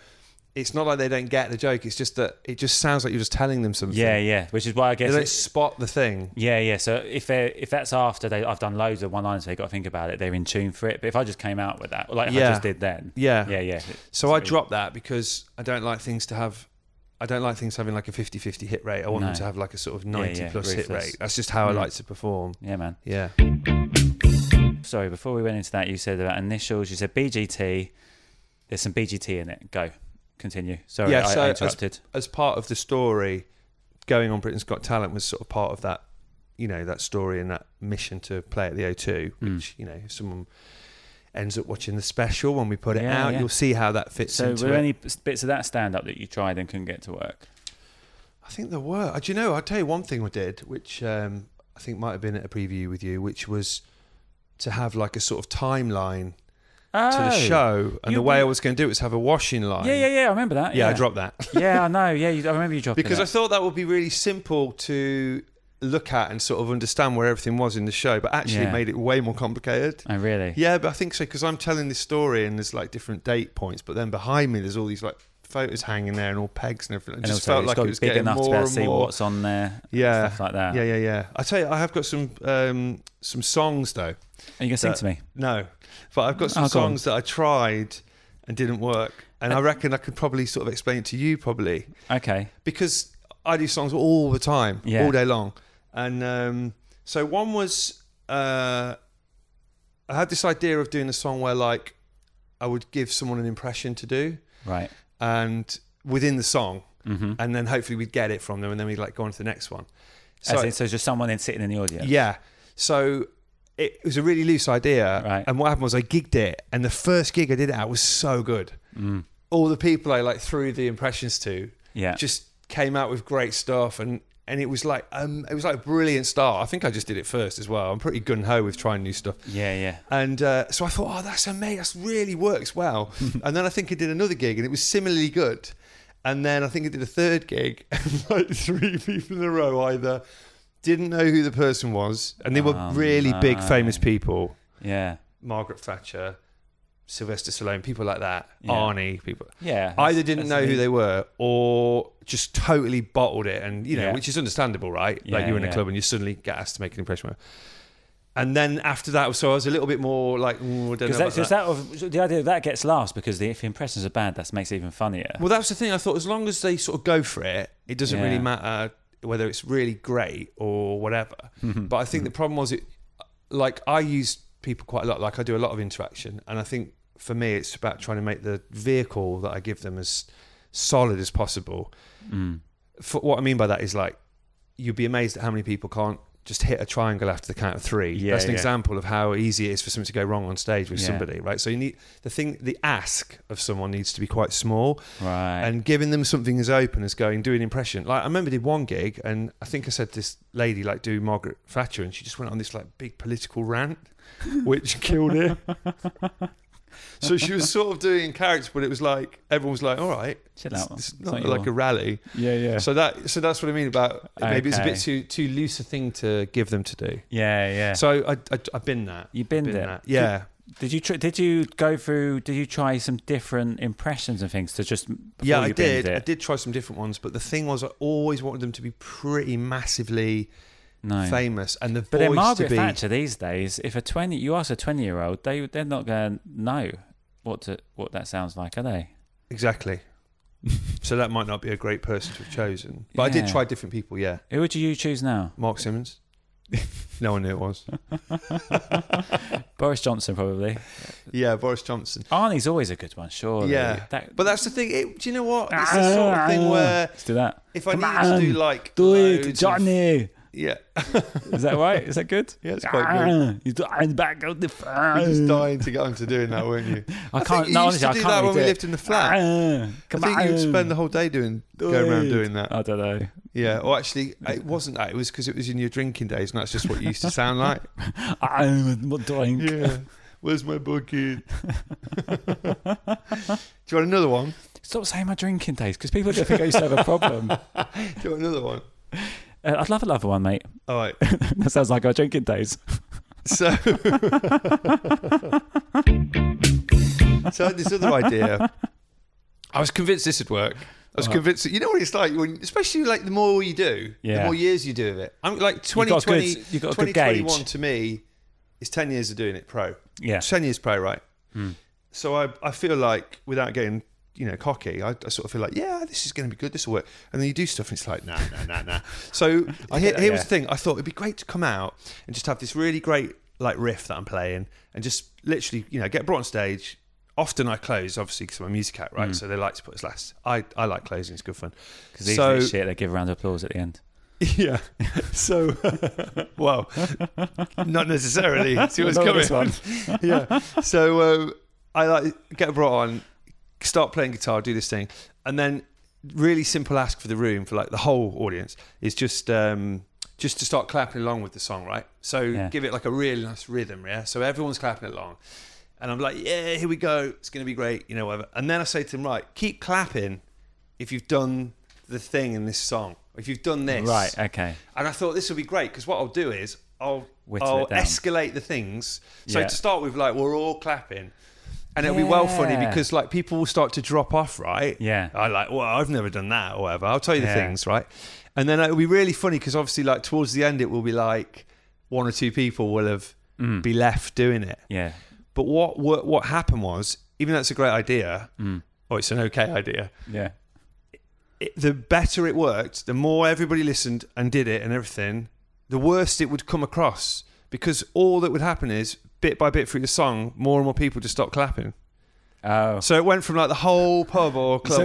[SPEAKER 2] it's not like they don't get the joke. It's just that it just sounds like you're just telling them something.
[SPEAKER 1] Yeah, yeah. Which is why I
[SPEAKER 2] They
[SPEAKER 1] guess
[SPEAKER 2] don't
[SPEAKER 1] it's-
[SPEAKER 2] spot the thing.
[SPEAKER 1] Yeah, yeah. So if they if that's after they I've done loads of one liners, they got to think about it. They're in tune for it. But if I just came out with that, like I
[SPEAKER 2] Yeah.
[SPEAKER 1] just did then,
[SPEAKER 2] Yeah.
[SPEAKER 1] yeah, yeah.
[SPEAKER 2] So I dropped that because I don't like things to have. I don't like things having like a 50-50 hit rate. I want them
[SPEAKER 1] No.
[SPEAKER 2] to have like a sort of 90
[SPEAKER 1] yeah,
[SPEAKER 2] plus hit
[SPEAKER 1] ruthless. Mm.
[SPEAKER 2] rate. That's just how I like to perform.
[SPEAKER 1] Yeah, man.
[SPEAKER 2] Yeah.
[SPEAKER 1] Sorry, before we went into that, you said about initials. You said BGT. There's some BGT in it. Go, continue. Sorry,
[SPEAKER 2] yeah,
[SPEAKER 1] I,
[SPEAKER 2] so
[SPEAKER 1] I
[SPEAKER 2] as-
[SPEAKER 1] interrupted.
[SPEAKER 2] As, part of the story, going on Britain's Got Talent was sort of part of that, you know, that story and that mission to play at the O2,
[SPEAKER 1] Hmm.
[SPEAKER 2] which, you know, if someone ends up watching the special when we put it
[SPEAKER 1] Yeah,
[SPEAKER 2] out,
[SPEAKER 1] yeah.
[SPEAKER 2] you'll see how that fits
[SPEAKER 1] So were
[SPEAKER 2] into
[SPEAKER 1] there
[SPEAKER 2] it.
[SPEAKER 1] any bits of that stand up that you tried and couldn't get to work?
[SPEAKER 2] I think there were. Uh, Do you know, I'll tell you one thing we did, which um, I think might have been at a preview with you, which was to have like a sort of timeline to the show. And
[SPEAKER 1] Oh. You-
[SPEAKER 2] the way I was going to do it was have a washing line.
[SPEAKER 1] Yeah, yeah, yeah. I remember that.
[SPEAKER 2] Yeah,
[SPEAKER 1] Yeah,
[SPEAKER 2] I dropped that.
[SPEAKER 1] yeah, I know. Yeah, you, I remember you dropping
[SPEAKER 2] because
[SPEAKER 1] it.
[SPEAKER 2] I thought that would be really simple to look at and sort of understand where everything was in the show, but actually
[SPEAKER 1] Yeah.
[SPEAKER 2] made it way more complicated.
[SPEAKER 1] Oh, really?
[SPEAKER 2] Yeah, but I think so because I'm telling this story and there's like different date points, but then behind me there's all these like photos hanging there and all pegs and everything. It
[SPEAKER 1] And
[SPEAKER 2] just
[SPEAKER 1] also,
[SPEAKER 2] felt
[SPEAKER 1] it's
[SPEAKER 2] like
[SPEAKER 1] got
[SPEAKER 2] it
[SPEAKER 1] to be
[SPEAKER 2] was
[SPEAKER 1] big
[SPEAKER 2] getting
[SPEAKER 1] enough
[SPEAKER 2] more
[SPEAKER 1] to be able
[SPEAKER 2] and
[SPEAKER 1] to see
[SPEAKER 2] more.
[SPEAKER 1] what's on there. and
[SPEAKER 2] yeah,
[SPEAKER 1] stuff like that.
[SPEAKER 2] Yeah, yeah, yeah. I tell you, I have got some um, some songs though.
[SPEAKER 1] Are you gonna sing
[SPEAKER 2] that-
[SPEAKER 1] to me?
[SPEAKER 2] No, but I've got some
[SPEAKER 1] Oh, go on. Uh,
[SPEAKER 2] songs that I tried and didn't work, and I reckon I could probably sort of explain it to you probably
[SPEAKER 1] Okay.
[SPEAKER 2] because I do songs all the time,
[SPEAKER 1] Yeah.
[SPEAKER 2] all day long. And um, so one was uh, I had this idea of doing a song where like I would give someone an impression to do,
[SPEAKER 1] Right.
[SPEAKER 2] and within the song,
[SPEAKER 1] Mm-hmm.
[SPEAKER 2] and then hopefully we'd get it from them, and then we'd like go on to the next one.
[SPEAKER 1] So, As in, so just someone in sitting in the audience.
[SPEAKER 2] Yeah. So it was a really loose idea.
[SPEAKER 1] Right.
[SPEAKER 2] And what happened was I gigged it, and the first gig I did it at was so good. All the people I like threw the impressions
[SPEAKER 1] Mm.
[SPEAKER 2] to,
[SPEAKER 1] Yeah.
[SPEAKER 2] just came out with great stuff, and and it was like um, it was like a brilliant start. I think I just did it first as well. I'm pretty gun ho with trying new stuff.
[SPEAKER 1] Yeah, yeah.
[SPEAKER 2] And uh, so I thought, oh, that's amazing. That's really works well. and then I think I did another gig and it was similarly good. And then I think I did a third gig and like three people in a row either didn't know who the person was and they were
[SPEAKER 1] Oh,
[SPEAKER 2] really big
[SPEAKER 1] no.
[SPEAKER 2] famous people.
[SPEAKER 1] Yeah.
[SPEAKER 2] Margaret Thatcher, Sylvester Stallone, people like that,
[SPEAKER 1] Yeah.
[SPEAKER 2] Arnie, people.
[SPEAKER 1] Yeah.
[SPEAKER 2] Either
[SPEAKER 1] that's- that's
[SPEAKER 2] didn't know who
[SPEAKER 1] neat.
[SPEAKER 2] they were or just totally bottled it. And, you know,
[SPEAKER 1] Yeah.
[SPEAKER 2] which is understandable, right? like
[SPEAKER 1] Yeah,
[SPEAKER 2] you're in a
[SPEAKER 1] yeah.
[SPEAKER 2] club and you suddenly get asked to make an impression. And then after that, so I was a little bit more like, "Ooh, I don't know.
[SPEAKER 1] Because
[SPEAKER 2] about
[SPEAKER 1] that's just
[SPEAKER 2] that.
[SPEAKER 1] that. Of, the idea of that gets laughs because the, if impressions are bad, that makes it even funnier.
[SPEAKER 2] Well, that's the thing. I thought as long as they sort of go for it, it doesn't really
[SPEAKER 1] Yeah.
[SPEAKER 2] matter whether it's really great or whatever.
[SPEAKER 1] Mm-hmm.
[SPEAKER 2] but I think the problem was it, like I use people quite a lot. Like I do a lot of interaction, and I think for me it's about trying to make the vehicle that I give them as solid as possible.
[SPEAKER 1] Mm.
[SPEAKER 2] For, what I mean by that is like you'd be amazed at how many people can't just hit a triangle after the count of three.
[SPEAKER 1] Yeah,
[SPEAKER 2] That's an
[SPEAKER 1] yeah.
[SPEAKER 2] example of how easy it is for something to go wrong on stage with
[SPEAKER 1] Yeah.
[SPEAKER 2] somebody, right? So you need the thing, the ask of someone needs to be quite small
[SPEAKER 1] right.
[SPEAKER 2] and giving them something as open as going do an impression. Like I remember I did one gig, and I think I said to this lady like do Margaret Thatcher, and she just went on this like big political rant, which killed it. so she was sort of doing character, but it was like everyone was like, "All right,
[SPEAKER 1] Chill out, man.
[SPEAKER 2] it's, it's
[SPEAKER 1] It's
[SPEAKER 2] not
[SPEAKER 1] not your-
[SPEAKER 2] like a rally."
[SPEAKER 1] yeah, yeah.
[SPEAKER 2] So that so that's what I mean about maybe it's a bit
[SPEAKER 1] Okay.
[SPEAKER 2] too too loose a thing to give them to do.
[SPEAKER 1] yeah, yeah. So
[SPEAKER 2] So I, I I've been that.
[SPEAKER 1] You've binned it.
[SPEAKER 2] that. Yeah.
[SPEAKER 1] did you tr- did you go through? Did you try some different impressions and things to just? before
[SPEAKER 2] Yeah, I
[SPEAKER 1] you binned
[SPEAKER 2] did.
[SPEAKER 1] It?
[SPEAKER 2] I did try some different ones, but the thing was, I always wanted them to be pretty massively
[SPEAKER 1] No.
[SPEAKER 2] famous, and the
[SPEAKER 1] But
[SPEAKER 2] voice
[SPEAKER 1] then Margaret
[SPEAKER 2] to be.
[SPEAKER 1] Thatcher these days, if a twenty, you ask a twenty-year-old, they they're not going to know what to, what that sounds like, are they?
[SPEAKER 2] Exactly. so that might not be a great person to have chosen. But I did
[SPEAKER 1] Yeah.
[SPEAKER 2] try different people. Yeah,
[SPEAKER 1] Who would you choose now?
[SPEAKER 2] Mark Simmons. no one knew it was.
[SPEAKER 1] Boris Johnson, probably.
[SPEAKER 2] Yeah, Boris Johnson.
[SPEAKER 1] Arnie's always a good one, surely.
[SPEAKER 2] Yeah,
[SPEAKER 1] That- Ah.
[SPEAKER 2] but that's the thing. It, do you know what? It's the sort of thing where
[SPEAKER 1] Let's do that.
[SPEAKER 2] if I
[SPEAKER 1] Come
[SPEAKER 2] needed to do,
[SPEAKER 1] on,
[SPEAKER 2] like,
[SPEAKER 1] do
[SPEAKER 2] loads
[SPEAKER 1] it,
[SPEAKER 2] of-
[SPEAKER 1] Johnny.
[SPEAKER 2] yeah,
[SPEAKER 1] Is that right? Is that good? Ah.
[SPEAKER 2] Yeah, it's quite good.
[SPEAKER 1] You died back out the
[SPEAKER 2] you're just
[SPEAKER 1] phone.
[SPEAKER 2] dying to get on to doing that, weren't you?
[SPEAKER 1] I
[SPEAKER 2] think
[SPEAKER 1] can't.
[SPEAKER 2] you
[SPEAKER 1] no,
[SPEAKER 2] used
[SPEAKER 1] honestly,
[SPEAKER 2] to
[SPEAKER 1] I
[SPEAKER 2] do
[SPEAKER 1] can't
[SPEAKER 2] that
[SPEAKER 1] really
[SPEAKER 2] when we
[SPEAKER 1] do it.
[SPEAKER 2] lived in the flat.
[SPEAKER 1] Ah, Come
[SPEAKER 2] I think
[SPEAKER 1] on.
[SPEAKER 2] you'd spend the whole day doing
[SPEAKER 1] Do
[SPEAKER 2] go around
[SPEAKER 1] it. Uh,
[SPEAKER 2] doing that.
[SPEAKER 1] I don't know.
[SPEAKER 2] Yeah, or actually, it wasn't that. It was because it was in your drinking days, and that's just what you used to sound like.
[SPEAKER 1] I'm not doing.
[SPEAKER 2] yeah, where's my bucket? Do you want another one?
[SPEAKER 1] Stop saying my drinking days because people are going to think I used to have a problem. Uh,
[SPEAKER 2] Do you want another one?
[SPEAKER 1] I'd love another one, mate.
[SPEAKER 2] All right.
[SPEAKER 1] that sounds like our drinking days.
[SPEAKER 2] So, so I had this other idea. I was convinced this would work. I was convinced. You know what it's like, when, especially like the more you do, the
[SPEAKER 1] Yeah.
[SPEAKER 2] more years you do of it. I'm like
[SPEAKER 1] got a good-
[SPEAKER 2] 2020,
[SPEAKER 1] you've got a good
[SPEAKER 2] 2021
[SPEAKER 1] gauge.
[SPEAKER 2] to me is 10 years of doing it pro.
[SPEAKER 1] Yeah. Hmm.
[SPEAKER 2] 10 years pro, right? So I, I feel like without getting, you know, cocky, I, I sort of feel like, yeah, this is going to be good. This will work. And then you do stuff and it's like, nah, nah, nah, nah. So here,
[SPEAKER 1] that,
[SPEAKER 2] here was
[SPEAKER 1] yeah.
[SPEAKER 2] the thing. I thought it'd be great to come out and just have this really great like riff that I'm playing and just literally, you know, get brought on stage. Often I close, obviously, because I'm a music act,
[SPEAKER 1] Hmm.
[SPEAKER 2] right? So they like to put us last. I, I like closing; it's good fun.
[SPEAKER 1] Because these
[SPEAKER 2] So-
[SPEAKER 1] little shit, they give a round of applause at the end.
[SPEAKER 2] yeah. So, well, not necessarily. See what's
[SPEAKER 1] Not
[SPEAKER 2] coming.
[SPEAKER 1] this one.
[SPEAKER 2] yeah. So um, I like get brought on, start playing guitar, do this thing, and then really simple ask for the room for like the whole audience is just um, just to start clapping along with the song, right? So
[SPEAKER 1] Yeah.
[SPEAKER 2] give it like a really nice rhythm, yeah. So everyone's clapping along. And I'm like, yeah, here we go. It's going to be great, you know, whatever. And then I say to them, right, keep clapping if you've done the thing in this song, if you've done this.
[SPEAKER 1] Right, okay.
[SPEAKER 2] And I thought this would be great because what I'll do is I'll
[SPEAKER 1] Whittle
[SPEAKER 2] I'll
[SPEAKER 1] it down.
[SPEAKER 2] escalate the things. So
[SPEAKER 1] Yeah.
[SPEAKER 2] to start with, like we're all clapping, and it'll be well funny
[SPEAKER 1] Yeah.
[SPEAKER 2] because like people will start to drop off, right?
[SPEAKER 1] Yeah.
[SPEAKER 2] I like, well, I've never done that or whatever. I'll tell you
[SPEAKER 1] Yeah.
[SPEAKER 2] the things, right? And then it'll be really funny because obviously, like towards the end, it will be like one or two people will have
[SPEAKER 1] Mm.
[SPEAKER 2] be left doing it.
[SPEAKER 1] Yeah.
[SPEAKER 2] But what what what happened was, even though it's a great idea,
[SPEAKER 1] Mm.
[SPEAKER 2] or it's an okay idea,
[SPEAKER 1] Yeah.
[SPEAKER 2] it, the better it worked, the more everybody listened and did it and everything, the worse it would come across because all that would happen is bit by bit through the song, more and more people just stopped clapping.
[SPEAKER 1] Oh.
[SPEAKER 2] So it went from like the whole pub or club or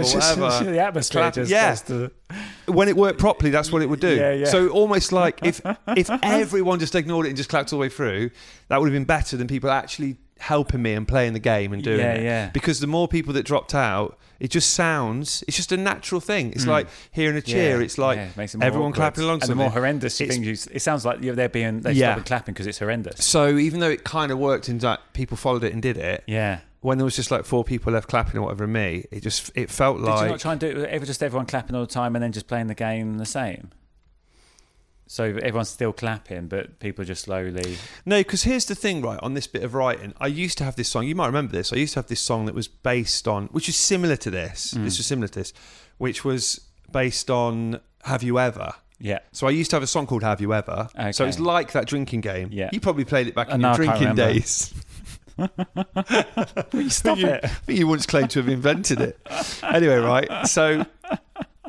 [SPEAKER 2] whatever.
[SPEAKER 1] the atmosphere
[SPEAKER 2] clap- just yeah. goes when it worked properly, that's what it would do.
[SPEAKER 1] Yeah, yeah.
[SPEAKER 2] So almost like if if everyone just ignored it and just clapped all the way through, that would have been better than people actually helping me and playing the game and doing
[SPEAKER 1] Yeah,
[SPEAKER 2] it.
[SPEAKER 1] yeah.
[SPEAKER 2] Because the more people that dropped out, it just sounds. It's just a natural thing. It's like hearing a cheer. It's like
[SPEAKER 1] Hmm. yeah, makes it more
[SPEAKER 2] everyone
[SPEAKER 1] awkward.
[SPEAKER 2] clapping along.
[SPEAKER 1] And
[SPEAKER 2] to
[SPEAKER 1] the more
[SPEAKER 2] something.
[SPEAKER 1] horrendous you
[SPEAKER 2] It's-
[SPEAKER 1] think you, it sounds like you're, they're being they're
[SPEAKER 2] Yeah.
[SPEAKER 1] stopping clapping because it's horrendous.
[SPEAKER 2] So even though it kind of worked in that people followed it and did it,
[SPEAKER 1] Yeah.
[SPEAKER 2] when there was just like four people left clapping or whatever, and me, it just it felt
[SPEAKER 1] Did
[SPEAKER 2] like
[SPEAKER 1] you not try and do it with ever just everyone clapping all the time and then just playing the game the same? So everyone's still clapping, but people just slowly.
[SPEAKER 2] No, because here's the thing, right? On this bit of writing, I used to have this song. You might remember this. I used to have this song that was based on, which is similar to this. This was similar to this, which was based on "Have You Ever."
[SPEAKER 1] Yeah.
[SPEAKER 2] So I used to have a song called "Have You Ever." So it's
[SPEAKER 1] Okay.
[SPEAKER 2] like that drinking game.
[SPEAKER 1] Yeah.
[SPEAKER 2] You probably played it back
[SPEAKER 1] Uh,
[SPEAKER 2] in
[SPEAKER 1] no,
[SPEAKER 2] your
[SPEAKER 1] I can't
[SPEAKER 2] drinking
[SPEAKER 1] remember.
[SPEAKER 2] days.
[SPEAKER 1] Stop
[SPEAKER 2] you,
[SPEAKER 1] it.
[SPEAKER 2] I think you once claimed to have invented it. Anyway, right. So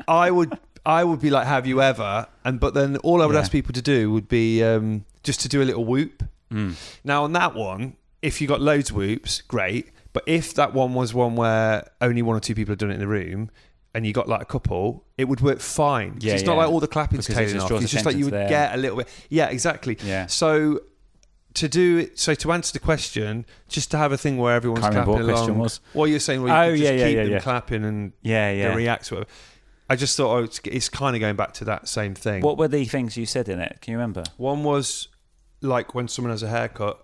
[SPEAKER 2] I would I would be like, "Have you ever?" And but then all I would
[SPEAKER 1] Yeah.
[SPEAKER 2] ask people to do would be um, just to do a little whoop.
[SPEAKER 1] Hmm.
[SPEAKER 2] Now on that one, if you got loads of whoops, great. But if that one was one where only one or two people had done it in the room. And you got like a couple, it would work fine. So
[SPEAKER 1] Yeah,
[SPEAKER 2] it's not
[SPEAKER 1] yeah.
[SPEAKER 2] like all the clapping's
[SPEAKER 1] Because it
[SPEAKER 2] tailing
[SPEAKER 1] just
[SPEAKER 2] off.
[SPEAKER 1] draws
[SPEAKER 2] It's just like
[SPEAKER 1] attention
[SPEAKER 2] you
[SPEAKER 1] to
[SPEAKER 2] would
[SPEAKER 1] their-
[SPEAKER 2] get a little bit. Yeah, exactly.
[SPEAKER 1] Yeah.
[SPEAKER 2] So to do it, so to answer the question, just to have a thing where everyone's
[SPEAKER 1] Can't remember
[SPEAKER 2] clapping
[SPEAKER 1] what
[SPEAKER 2] along.
[SPEAKER 1] question was.
[SPEAKER 2] Well, you're saying, well,
[SPEAKER 1] Oh,
[SPEAKER 2] you could just
[SPEAKER 1] yeah, yeah,
[SPEAKER 2] keep
[SPEAKER 1] yeah,
[SPEAKER 2] them
[SPEAKER 1] yeah.
[SPEAKER 2] clapping and
[SPEAKER 1] Yeah, yeah.
[SPEAKER 2] they react to it. I just thought oh, it's, it's kind of going back to that same thing.
[SPEAKER 1] What were the things you said in it? Can you remember?
[SPEAKER 2] One was like when someone has a haircut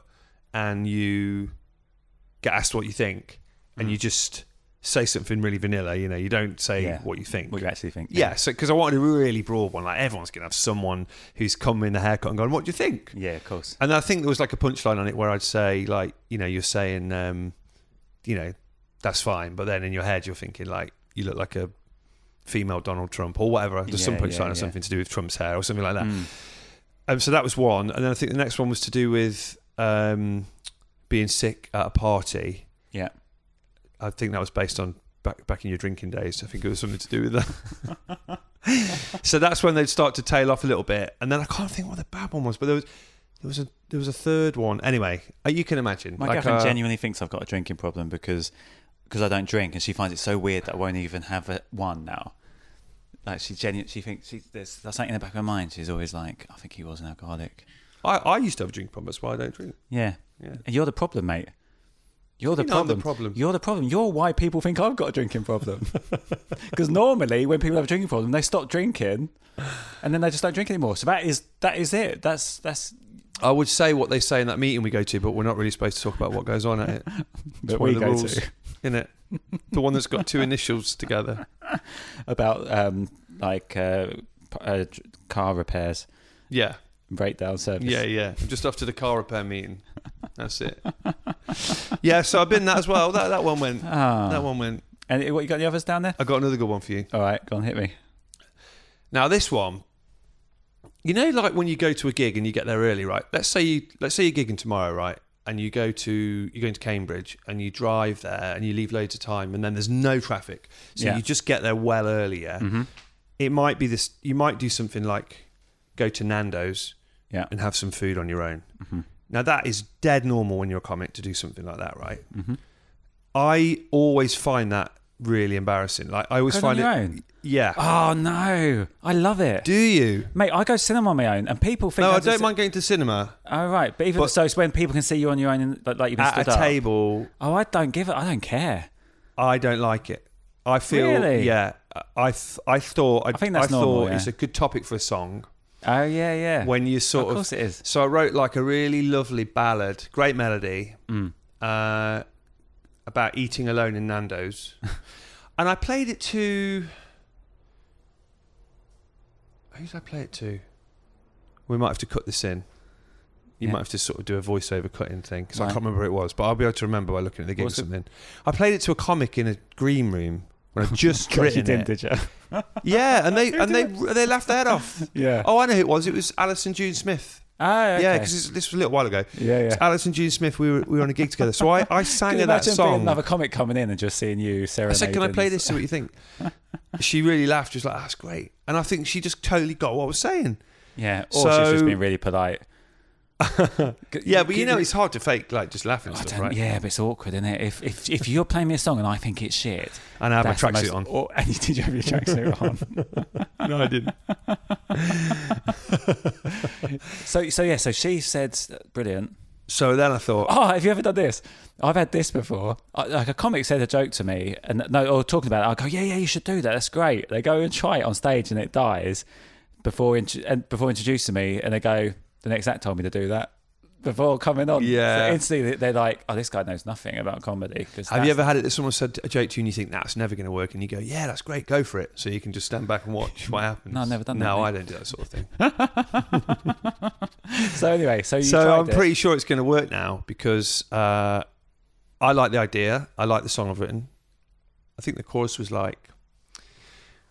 [SPEAKER 2] and you get asked what you think, and you just say something really vanilla. You know, you don't say
[SPEAKER 1] Mm. Yeah.
[SPEAKER 2] what you think.
[SPEAKER 1] What you actually think?
[SPEAKER 2] Yeah, so because I wanted a really broad one, like everyone's gonna have someone who's come in the haircut and going, "What do you think?"
[SPEAKER 1] Yeah, of course.
[SPEAKER 2] And I think there was like a punchline on it where I'd say, like, you know, you're saying, um, you know, that's fine, but then in your head you're thinking like, you look like a female Donald Trump or whatever. There's some
[SPEAKER 1] Yeah,
[SPEAKER 2] punchline
[SPEAKER 1] yeah,
[SPEAKER 2] or
[SPEAKER 1] yeah. Mm.
[SPEAKER 2] something to do with Trump's hair or something like that.
[SPEAKER 1] Hmm.
[SPEAKER 2] Um, so that was one, and then I think the next one was to do with um, being sick at a party.
[SPEAKER 1] Yeah.
[SPEAKER 2] I think that was based on back back in your drinking days. I think it was something to do with that. so that's when they'd start to tail off a little bit, and then I can't think what the bad one was, but there was there was a there was a third one. Anyway, uh, you can imagine.
[SPEAKER 1] My
[SPEAKER 2] Like,
[SPEAKER 1] girlfriend
[SPEAKER 2] uh,
[SPEAKER 1] genuinely thinks I've got a drinking problem because because I don't drink, and she finds it so weird that I won't even have a, one now. Like she genuinely, she thinks she, there's, there's something in the back of her mind. She's always like, I think he was an alcoholic.
[SPEAKER 2] I, I used to have a drink problem. That's why I don't drink.
[SPEAKER 1] Yeah.
[SPEAKER 2] Yeah.
[SPEAKER 1] And you're the problem, mate. You're the
[SPEAKER 2] mean I'm the
[SPEAKER 1] problem.
[SPEAKER 2] problem?
[SPEAKER 1] You're the problem. You're why people think I've got a drinking problem. Because normally, when people have a drinking problem, they stop drinking, and then they just don't drink anymore. So that is that is it. That's that's
[SPEAKER 2] I would say what they say in that meeting we go to, but we're not really supposed to talk about what goes on at it.
[SPEAKER 1] that
[SPEAKER 2] one
[SPEAKER 1] we
[SPEAKER 2] of the
[SPEAKER 1] go
[SPEAKER 2] rules,
[SPEAKER 1] to
[SPEAKER 2] in it. The one that's got two initials together.
[SPEAKER 1] about um, like uh, p- uh, dr- car repairs,
[SPEAKER 2] Yeah,
[SPEAKER 1] breakdown service.
[SPEAKER 2] yeah, yeah. Just after the car repair meeting. That's it. Yeah, so I've been that as well. That that one went.
[SPEAKER 1] Ah.
[SPEAKER 2] That one went.
[SPEAKER 1] And what you got the others down there?
[SPEAKER 2] I got another good one for you.
[SPEAKER 1] All right, go on, hit me.
[SPEAKER 2] Now this one, you know, like when you go to a gig and you get there early, right? Let's say you let's say you're gigging tomorrow, right? And you go to you're going to Cambridge and you drive there and you leave loads of time and then there's no traffic, so
[SPEAKER 1] Yeah. Mm-hmm.
[SPEAKER 2] you just get there well earlier. It might be this. You might do something like go to Nando's
[SPEAKER 1] Yeah.
[SPEAKER 2] and have some food on your own.
[SPEAKER 1] Mm-hmm.
[SPEAKER 2] Now that is dead normal when you're a comic to do something like that, right?
[SPEAKER 1] Mm-hmm.
[SPEAKER 2] I always find that really embarrassing. Like I always
[SPEAKER 1] Go on
[SPEAKER 2] find
[SPEAKER 1] your
[SPEAKER 2] it.
[SPEAKER 1] own?
[SPEAKER 2] Yeah.
[SPEAKER 1] Oh no, I love it,
[SPEAKER 2] Ah, Do you?
[SPEAKER 1] mate. I go cinema on my own, and people think.
[SPEAKER 2] No, I
[SPEAKER 1] that's-
[SPEAKER 2] don't mind going to cinema
[SPEAKER 1] Oh right, but even
[SPEAKER 2] But-
[SPEAKER 1] so, it's when people can see you on your own, and, like, like you've been
[SPEAKER 2] at
[SPEAKER 1] stood
[SPEAKER 2] a
[SPEAKER 1] up.
[SPEAKER 2] table.
[SPEAKER 1] Oh, I don't give it. I don't care.
[SPEAKER 2] I don't like it. I feel
[SPEAKER 1] Really?
[SPEAKER 2] yeah. I th- I thought I,
[SPEAKER 1] I think that's
[SPEAKER 2] thought
[SPEAKER 1] normal, yeah.
[SPEAKER 2] it's a good topic for a song
[SPEAKER 1] Oh yeah, yeah.
[SPEAKER 2] when you sort of.
[SPEAKER 1] of course it is.
[SPEAKER 2] So I wrote like a really lovely ballad, great melody, uh, about eating alone in Nando's, and I played it to. Who did I play it to? We might have to cut this in. You
[SPEAKER 1] Yeah.
[SPEAKER 2] might have to sort of do a voiceover cutting thing because I
[SPEAKER 1] Right.
[SPEAKER 2] can't remember who it was, but I'll be able to remember by looking at the gig or
[SPEAKER 1] What's the-
[SPEAKER 2] something. I played it to a comic in a green room when I just
[SPEAKER 1] God,
[SPEAKER 2] written
[SPEAKER 1] you didn't,
[SPEAKER 2] it.
[SPEAKER 1] did you?
[SPEAKER 2] Yeah, and they and they they laughed their head off.
[SPEAKER 1] Yeah.
[SPEAKER 2] Oh, I know who it was. It was Alison June Smith.
[SPEAKER 1] Oh, okay.
[SPEAKER 2] Yeah, because this was a little while ago.
[SPEAKER 1] Yeah, yeah.
[SPEAKER 2] It's Alice and June Smith. We were, we were on a gig together, so I, I
[SPEAKER 1] Can
[SPEAKER 2] sang
[SPEAKER 1] you
[SPEAKER 2] her that
[SPEAKER 1] imagine being
[SPEAKER 2] song.
[SPEAKER 1] another comic coming in and just seeing you, Sarah.
[SPEAKER 2] I said, "Can I play this? See what you think." she really laughed. She was like, "That's great," and I think she just totally got what I was saying.
[SPEAKER 1] Yeah. Or she's
[SPEAKER 2] So-
[SPEAKER 1] just being really polite.
[SPEAKER 2] Yeah, but you know, it's hard to fake like just laughing
[SPEAKER 1] I
[SPEAKER 2] stuff,
[SPEAKER 1] don't,
[SPEAKER 2] right?
[SPEAKER 1] Yeah, but it's awkward, isn't it? If, if if you're playing me a song and I think it's shit,
[SPEAKER 2] And I have my
[SPEAKER 1] that's the
[SPEAKER 2] tracksuit on.
[SPEAKER 1] most aw- and you did you have your tracksuit on?
[SPEAKER 2] No, I didn't.
[SPEAKER 1] So so yeah, so she said, brilliant.
[SPEAKER 2] So then I thought,
[SPEAKER 1] Oh, have you ever done this? I've had this before. I, like a comic said a joke to me, and no, or talking about it, I go, yeah, yeah, you should do that. That's great. They go and try it on stage, and it dies before int- and before introducing me, and they go, the next act told me to do that before coming on.
[SPEAKER 2] Yeah.
[SPEAKER 1] So instantly they're like, oh, this guy knows nothing about comedy. 'cause
[SPEAKER 2] "Have
[SPEAKER 1] that's-
[SPEAKER 2] you ever had it that someone said a joke to you and you think that's never going to work?" And you go, "Yeah, that's great. Go for it." So you can just stand back and watch what happens.
[SPEAKER 1] No, I've never done that,
[SPEAKER 2] No,
[SPEAKER 1] mate.
[SPEAKER 2] I don't do that sort of thing.
[SPEAKER 1] So anyway, so you tried
[SPEAKER 2] so I'm
[SPEAKER 1] it.
[SPEAKER 2] pretty sure it's going to work now because uh, I like the idea. I like the song I've written. I think the chorus was like,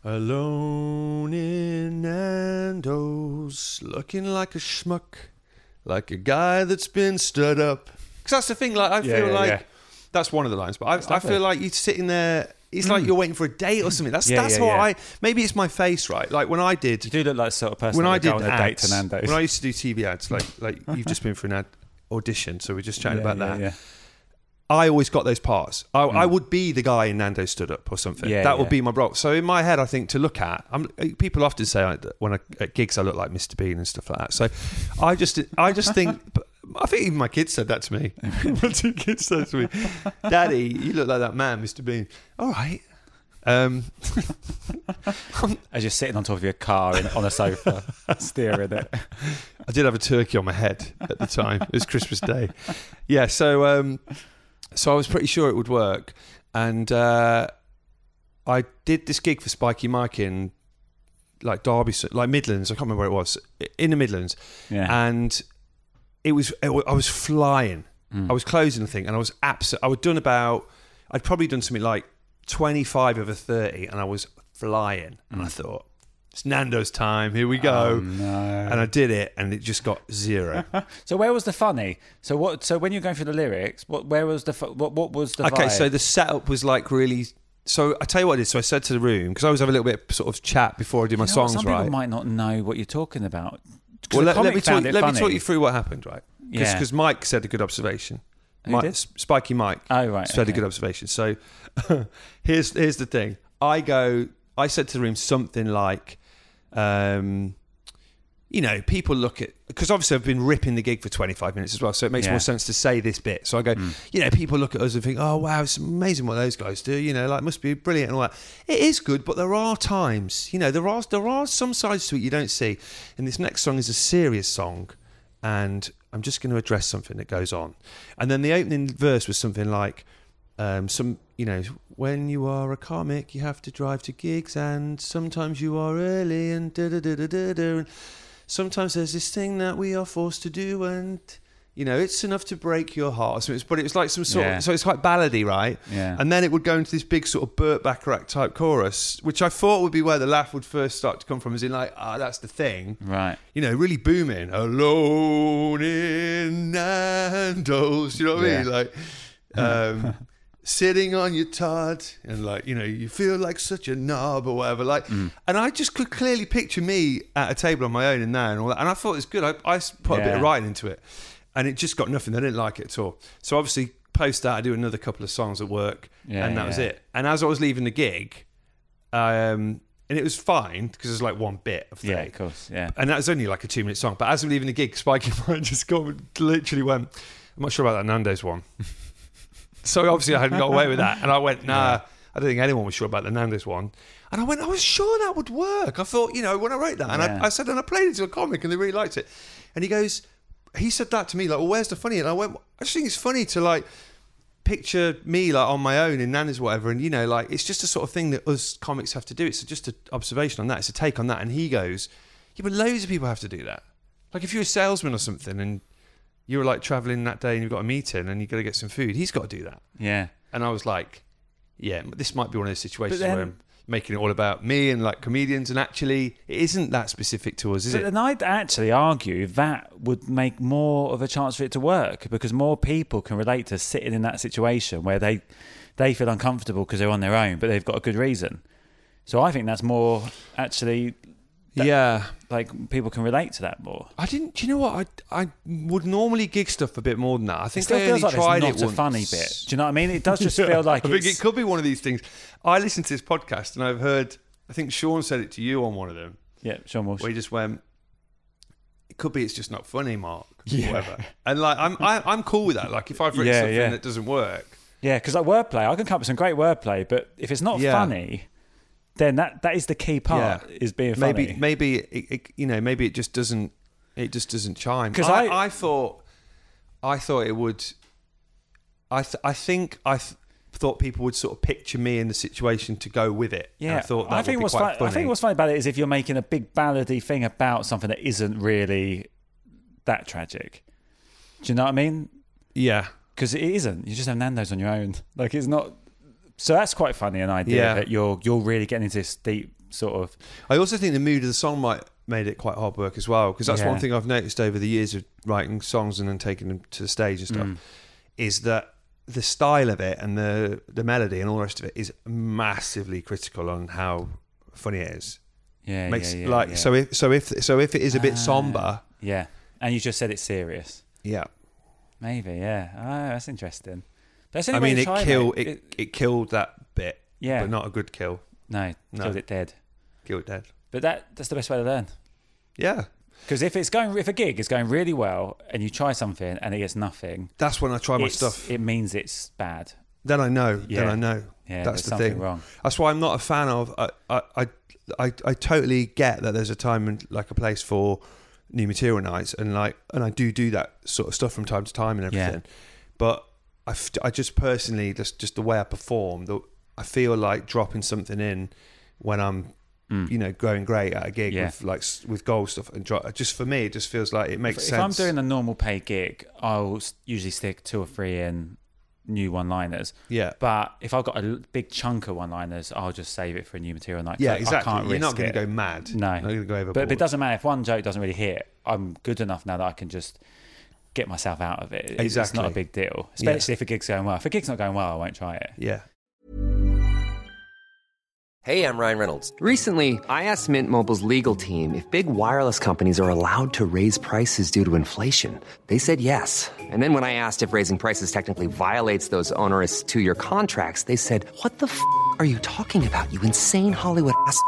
[SPEAKER 2] "Alone in Nando's, looking like a schmuck, like a guy that's been stood up." Because that's the thing. Like I
[SPEAKER 1] Yeah,
[SPEAKER 2] feel
[SPEAKER 1] yeah,
[SPEAKER 2] like
[SPEAKER 1] yeah.
[SPEAKER 2] that's one of the lines, but I, I
[SPEAKER 1] lovely.
[SPEAKER 2] feel like you're sitting there. It's like you're waiting for a date or something. That's
[SPEAKER 1] Mm. Yeah,
[SPEAKER 2] that's
[SPEAKER 1] yeah,
[SPEAKER 2] what
[SPEAKER 1] yeah.
[SPEAKER 2] I maybe it's my face, right? Like when I did
[SPEAKER 1] You do look like the sort of person
[SPEAKER 2] when
[SPEAKER 1] that
[SPEAKER 2] I
[SPEAKER 1] would go
[SPEAKER 2] did
[SPEAKER 1] on a date
[SPEAKER 2] ads,
[SPEAKER 1] to Nando's.
[SPEAKER 2] when I used to do TV ads, like like you've just been for an ad audition, so we're just chatting
[SPEAKER 1] Yeah,
[SPEAKER 2] about
[SPEAKER 1] yeah,
[SPEAKER 2] that.
[SPEAKER 1] yeah.
[SPEAKER 2] I always got those parts. I, I would be the guy in Nando's stood up or something.
[SPEAKER 1] Yeah,
[SPEAKER 2] that
[SPEAKER 1] yeah.
[SPEAKER 2] would be my role. So in my head, I think to look at, I'm, eh, people often say I, that when I, at gigs I look like Mr Bean and stuff like that. So I just I just think. I think even my kids said that to me. my two kids said to me, "Daddy, you look like that man, Mr. Bean." All right. Um,
[SPEAKER 1] As you're sitting on top of your car in, on a sofa, steering it.
[SPEAKER 2] I did have a turkey on my head at the time. It was Christmas Day. Yeah, so um, so I was pretty sure it would work, and uh, I did this gig for Spiky Mike in like Derby, like Midlands. I can't remember where it was in the Midlands,
[SPEAKER 1] Yeah.
[SPEAKER 2] and it was it, wa- I was flying.
[SPEAKER 1] Mm.
[SPEAKER 2] I was closing the thing, and I was absolute. I was done about. I'd probably done something like twenty five over thirty, and I was flying. And
[SPEAKER 1] Mm.
[SPEAKER 2] I thought, it's Nando's time. Here we
[SPEAKER 1] Oh,
[SPEAKER 2] go. And I did it, and it just got zero.
[SPEAKER 1] So where was the funny? So what? So when you're going through the lyrics, what? Where was the? fu- What? What was the?
[SPEAKER 2] okay,
[SPEAKER 1] vibe?
[SPEAKER 2] so the setup was like really. So I tell you what I did. So I said to the room because I always have a little bit of sort of chat before I do my
[SPEAKER 1] You know what,
[SPEAKER 2] songs,
[SPEAKER 1] some people
[SPEAKER 2] right?
[SPEAKER 1] might not know what you're talking about. 'Cause
[SPEAKER 2] Well,
[SPEAKER 1] the
[SPEAKER 2] let, let
[SPEAKER 1] comic
[SPEAKER 2] me talk.
[SPEAKER 1] found it
[SPEAKER 2] Let me
[SPEAKER 1] funny.
[SPEAKER 2] talk you through what happened, right? Because
[SPEAKER 1] Yeah.
[SPEAKER 2] Mike said a good observation.
[SPEAKER 1] Who
[SPEAKER 2] Mike,
[SPEAKER 1] did?
[SPEAKER 2] S- Spiky Mike.
[SPEAKER 1] Oh, right,
[SPEAKER 2] Said
[SPEAKER 1] okay.
[SPEAKER 2] a good observation. So here's here's the thing. I go. I said to the room something like, um, you know, people look at because obviously I've been ripping the gig for 25 minutes as well, so it makes
[SPEAKER 1] Yeah.
[SPEAKER 2] more sense to say this bit. So I go, you know, people look at us and think, oh wow, it's amazing what those guys do. You know, like must be brilliant and all that. It is good, but there are times, you know, there are there are some sides to it you don't see. And this next song is a serious song, and I'm just going to address something that goes on. And then the opening verse was something like, um, some you know when you are a comic you have to drive to gigs and sometimes you are early and da da da da da da and sometimes there's this thing that we are forced to do and you know, it's enough to break your heart. So it's, but it was like some sort
[SPEAKER 1] Yeah.
[SPEAKER 2] of, so it's quite ballady, right?
[SPEAKER 1] Yeah.
[SPEAKER 2] And then it would go into this big sort of Burt Bacharach type chorus, which I thought would be where the laugh would first start to come from, as in like, ah, that's the thing.
[SPEAKER 1] Right.
[SPEAKER 2] You know, really booming. Alone in Nando's. You know what I mean?
[SPEAKER 1] Yeah.
[SPEAKER 2] Like, um, sitting on your tod and like you know you feel like such a knob or whatever like
[SPEAKER 1] Mm.
[SPEAKER 2] and i just could clearly picture me at a table on my own and that and all that and i thought it was good i, I s- put a bit of
[SPEAKER 1] Yeah.
[SPEAKER 2] writing into it and it just got nothing i didn't like it at all so obviously post that i do another couple of songs at work
[SPEAKER 1] Yeah,
[SPEAKER 2] and that was
[SPEAKER 1] yeah.
[SPEAKER 2] it and as i was leaving the gig um and it was fine because it was like one bit of thing
[SPEAKER 1] Yeah, of course. Yeah.
[SPEAKER 2] and that was only like a two minute song. But as we were leaving the gig, Spike and Ryan just got, literally went, I'm not sure about that Nando's one. so obviously I hadn't got away with that. And I went, nah, I don't think anyone was sure about the Nando's one. And I went, I was sure that would work. I thought, you know, when I wrote that, and
[SPEAKER 1] Yeah.
[SPEAKER 2] I, I said, and I played it to a comic and they really liked it. And he goes, he said that to me, like, well, where's the funny? And I went, I just think it's funny to like, picture me like on my own in Nana's whatever, and you know, like it's just a sort of thing that us comics have to do. It's just an observation on that. It's a take on that. And he goes, yeah, but loads of people have to do that. Like if you're a salesman or something, and you were like traveling that day, and you've got a meeting, and you got to get some food, he's got to do that.
[SPEAKER 1] Yeah.
[SPEAKER 2] And I was like, yeah, this might be one of those situations
[SPEAKER 1] then-
[SPEAKER 2] where I'm making it all about me and like comedians, and actually, it isn't that specific to us, is
[SPEAKER 1] But
[SPEAKER 2] it?
[SPEAKER 1] then I'd actually argue that would make more of a chance for it to work because more people can relate to sitting in that situation where they they feel uncomfortable because they're on their own, but they've got a good reason. So I think that's more actually
[SPEAKER 2] yeah.
[SPEAKER 1] like people can relate to that more.
[SPEAKER 2] I didn't. Do you know what? I I would normally gig stuff a bit more than that. I
[SPEAKER 1] It
[SPEAKER 2] think
[SPEAKER 1] still
[SPEAKER 2] I
[SPEAKER 1] feels like
[SPEAKER 2] only
[SPEAKER 1] it's
[SPEAKER 2] tried
[SPEAKER 1] not
[SPEAKER 2] it
[SPEAKER 1] a
[SPEAKER 2] once.
[SPEAKER 1] funny bit. Do you know what I mean? It does just feel like
[SPEAKER 2] I
[SPEAKER 1] it's,
[SPEAKER 2] think it could be one of these things. I listened to this podcast and I've heard. I think Sean said it to you on one of them,
[SPEAKER 1] yeah, Sean Walsh.
[SPEAKER 2] where he just went. It could be it's just not funny, Mark. Yeah. Whatever. And like I'm I, I'm cool with that. Like if I've written
[SPEAKER 1] Yeah,
[SPEAKER 2] something
[SPEAKER 1] yeah.
[SPEAKER 2] that doesn't work,
[SPEAKER 1] Yeah, because like wordplay, I can come up with some great wordplay, but if it's not
[SPEAKER 2] Yeah.
[SPEAKER 1] funny, then that that is the key part
[SPEAKER 2] Yeah.
[SPEAKER 1] is being funny.
[SPEAKER 2] maybe maybe it, it, you know maybe it just doesn't it just doesn't chime.
[SPEAKER 1] 'Cause
[SPEAKER 2] I,
[SPEAKER 1] I-
[SPEAKER 2] I thought I thought it would. I th- I think I th- thought people would sort of picture me in the situation to go with it. And I thought that
[SPEAKER 1] think
[SPEAKER 2] would be
[SPEAKER 1] what's
[SPEAKER 2] quite
[SPEAKER 1] fun-
[SPEAKER 2] funny.
[SPEAKER 1] I think what's funny about it is if you're making a big ballady thing about something that isn't really that tragic. Do you know what I mean?
[SPEAKER 2] yeah.
[SPEAKER 1] Because it isn't. You just have Nando's on your own. Like it's not. So that's quite funny an idea
[SPEAKER 2] Yeah.
[SPEAKER 1] that you're you're really getting into this deep sort of
[SPEAKER 2] I also think the mood of the song might made it quite hard work as well because that's
[SPEAKER 1] Yeah.
[SPEAKER 2] one thing I've noticed over the years of writing songs and then taking them to the stage and
[SPEAKER 1] Mm.
[SPEAKER 2] stuff is that the style of it and the the melody and all the rest of it is massively critical on how funny it is.
[SPEAKER 1] yeah
[SPEAKER 2] Makes
[SPEAKER 1] yeah, yeah,
[SPEAKER 2] like
[SPEAKER 1] yeah. Ah.
[SPEAKER 2] so if so if so if it is a bit somber,
[SPEAKER 1] yeah. And you just said it's serious.
[SPEAKER 2] yeah.
[SPEAKER 1] Maybe yeah. Oh, that's interesting. That's the
[SPEAKER 2] I
[SPEAKER 1] only way
[SPEAKER 2] mean
[SPEAKER 1] to
[SPEAKER 2] it
[SPEAKER 1] try,
[SPEAKER 2] kill
[SPEAKER 1] mate.
[SPEAKER 2] it, it killed that bit.
[SPEAKER 1] Yeah.
[SPEAKER 2] But not a good kill.
[SPEAKER 1] no,
[SPEAKER 2] No.
[SPEAKER 1] killed it dead.
[SPEAKER 2] Kill it dead.
[SPEAKER 1] But that that's the best way to learn.
[SPEAKER 2] Yeah.
[SPEAKER 1] Because if it's going, if a gig is going really well and you try something and it gets nothing,
[SPEAKER 2] That's when I try my
[SPEAKER 1] it's-
[SPEAKER 2] stuff.
[SPEAKER 1] it means it's bad.
[SPEAKER 2] Then I know. Then
[SPEAKER 1] Yeah.
[SPEAKER 2] I know.
[SPEAKER 1] Yeah,
[SPEAKER 2] that's
[SPEAKER 1] there's
[SPEAKER 2] the
[SPEAKER 1] something
[SPEAKER 2] thing.
[SPEAKER 1] wrong.
[SPEAKER 2] That's why I'm not a fan of. I, I, I, I, I totally get that there's a time and like a place for new material nights, and like, and I do do that sort of stuff from time to time and
[SPEAKER 1] Yeah.
[SPEAKER 2] everything. But I, f- I just personally, just just the way I perform, the, I feel like dropping something in when I'm. You know, going great at a gig
[SPEAKER 1] Mm. Yeah.
[SPEAKER 2] with like s- with gold stuff and dro- just for me, it just feels like it makes
[SPEAKER 1] If,
[SPEAKER 2] sense.
[SPEAKER 1] I'm doing a normal pay gig, I'll s- usually stick two or three in new one-liners.
[SPEAKER 2] Yeah.
[SPEAKER 1] But if I've got a l- big chunk of one-liners, I'll just save it for a new material night. 'cause
[SPEAKER 2] yeah,
[SPEAKER 1] I-
[SPEAKER 2] exactly.
[SPEAKER 1] I can't
[SPEAKER 2] You're not
[SPEAKER 1] risk
[SPEAKER 2] going
[SPEAKER 1] it.
[SPEAKER 2] to go mad.
[SPEAKER 1] No,
[SPEAKER 2] You're not going to go overboard.
[SPEAKER 1] But, but it doesn't matter if one joke doesn't really hit. I'm good enough now that I can just get myself out of it. It's- It's
[SPEAKER 2] Exactly.
[SPEAKER 1] not a big deal, especially if a gig's going well. If a gig's not going well, I won't try it.
[SPEAKER 2] Yeah.
[SPEAKER 4] Hey, I'm Ryan Reynolds. Recently, I asked Mint Mobile's legal team if big wireless companies are allowed to raise prices due to inflation. They said yes. And then when I asked if raising prices technically violates those onerous two year contracts, they said, What the f are you talking about, you insane Hollywood ass? f-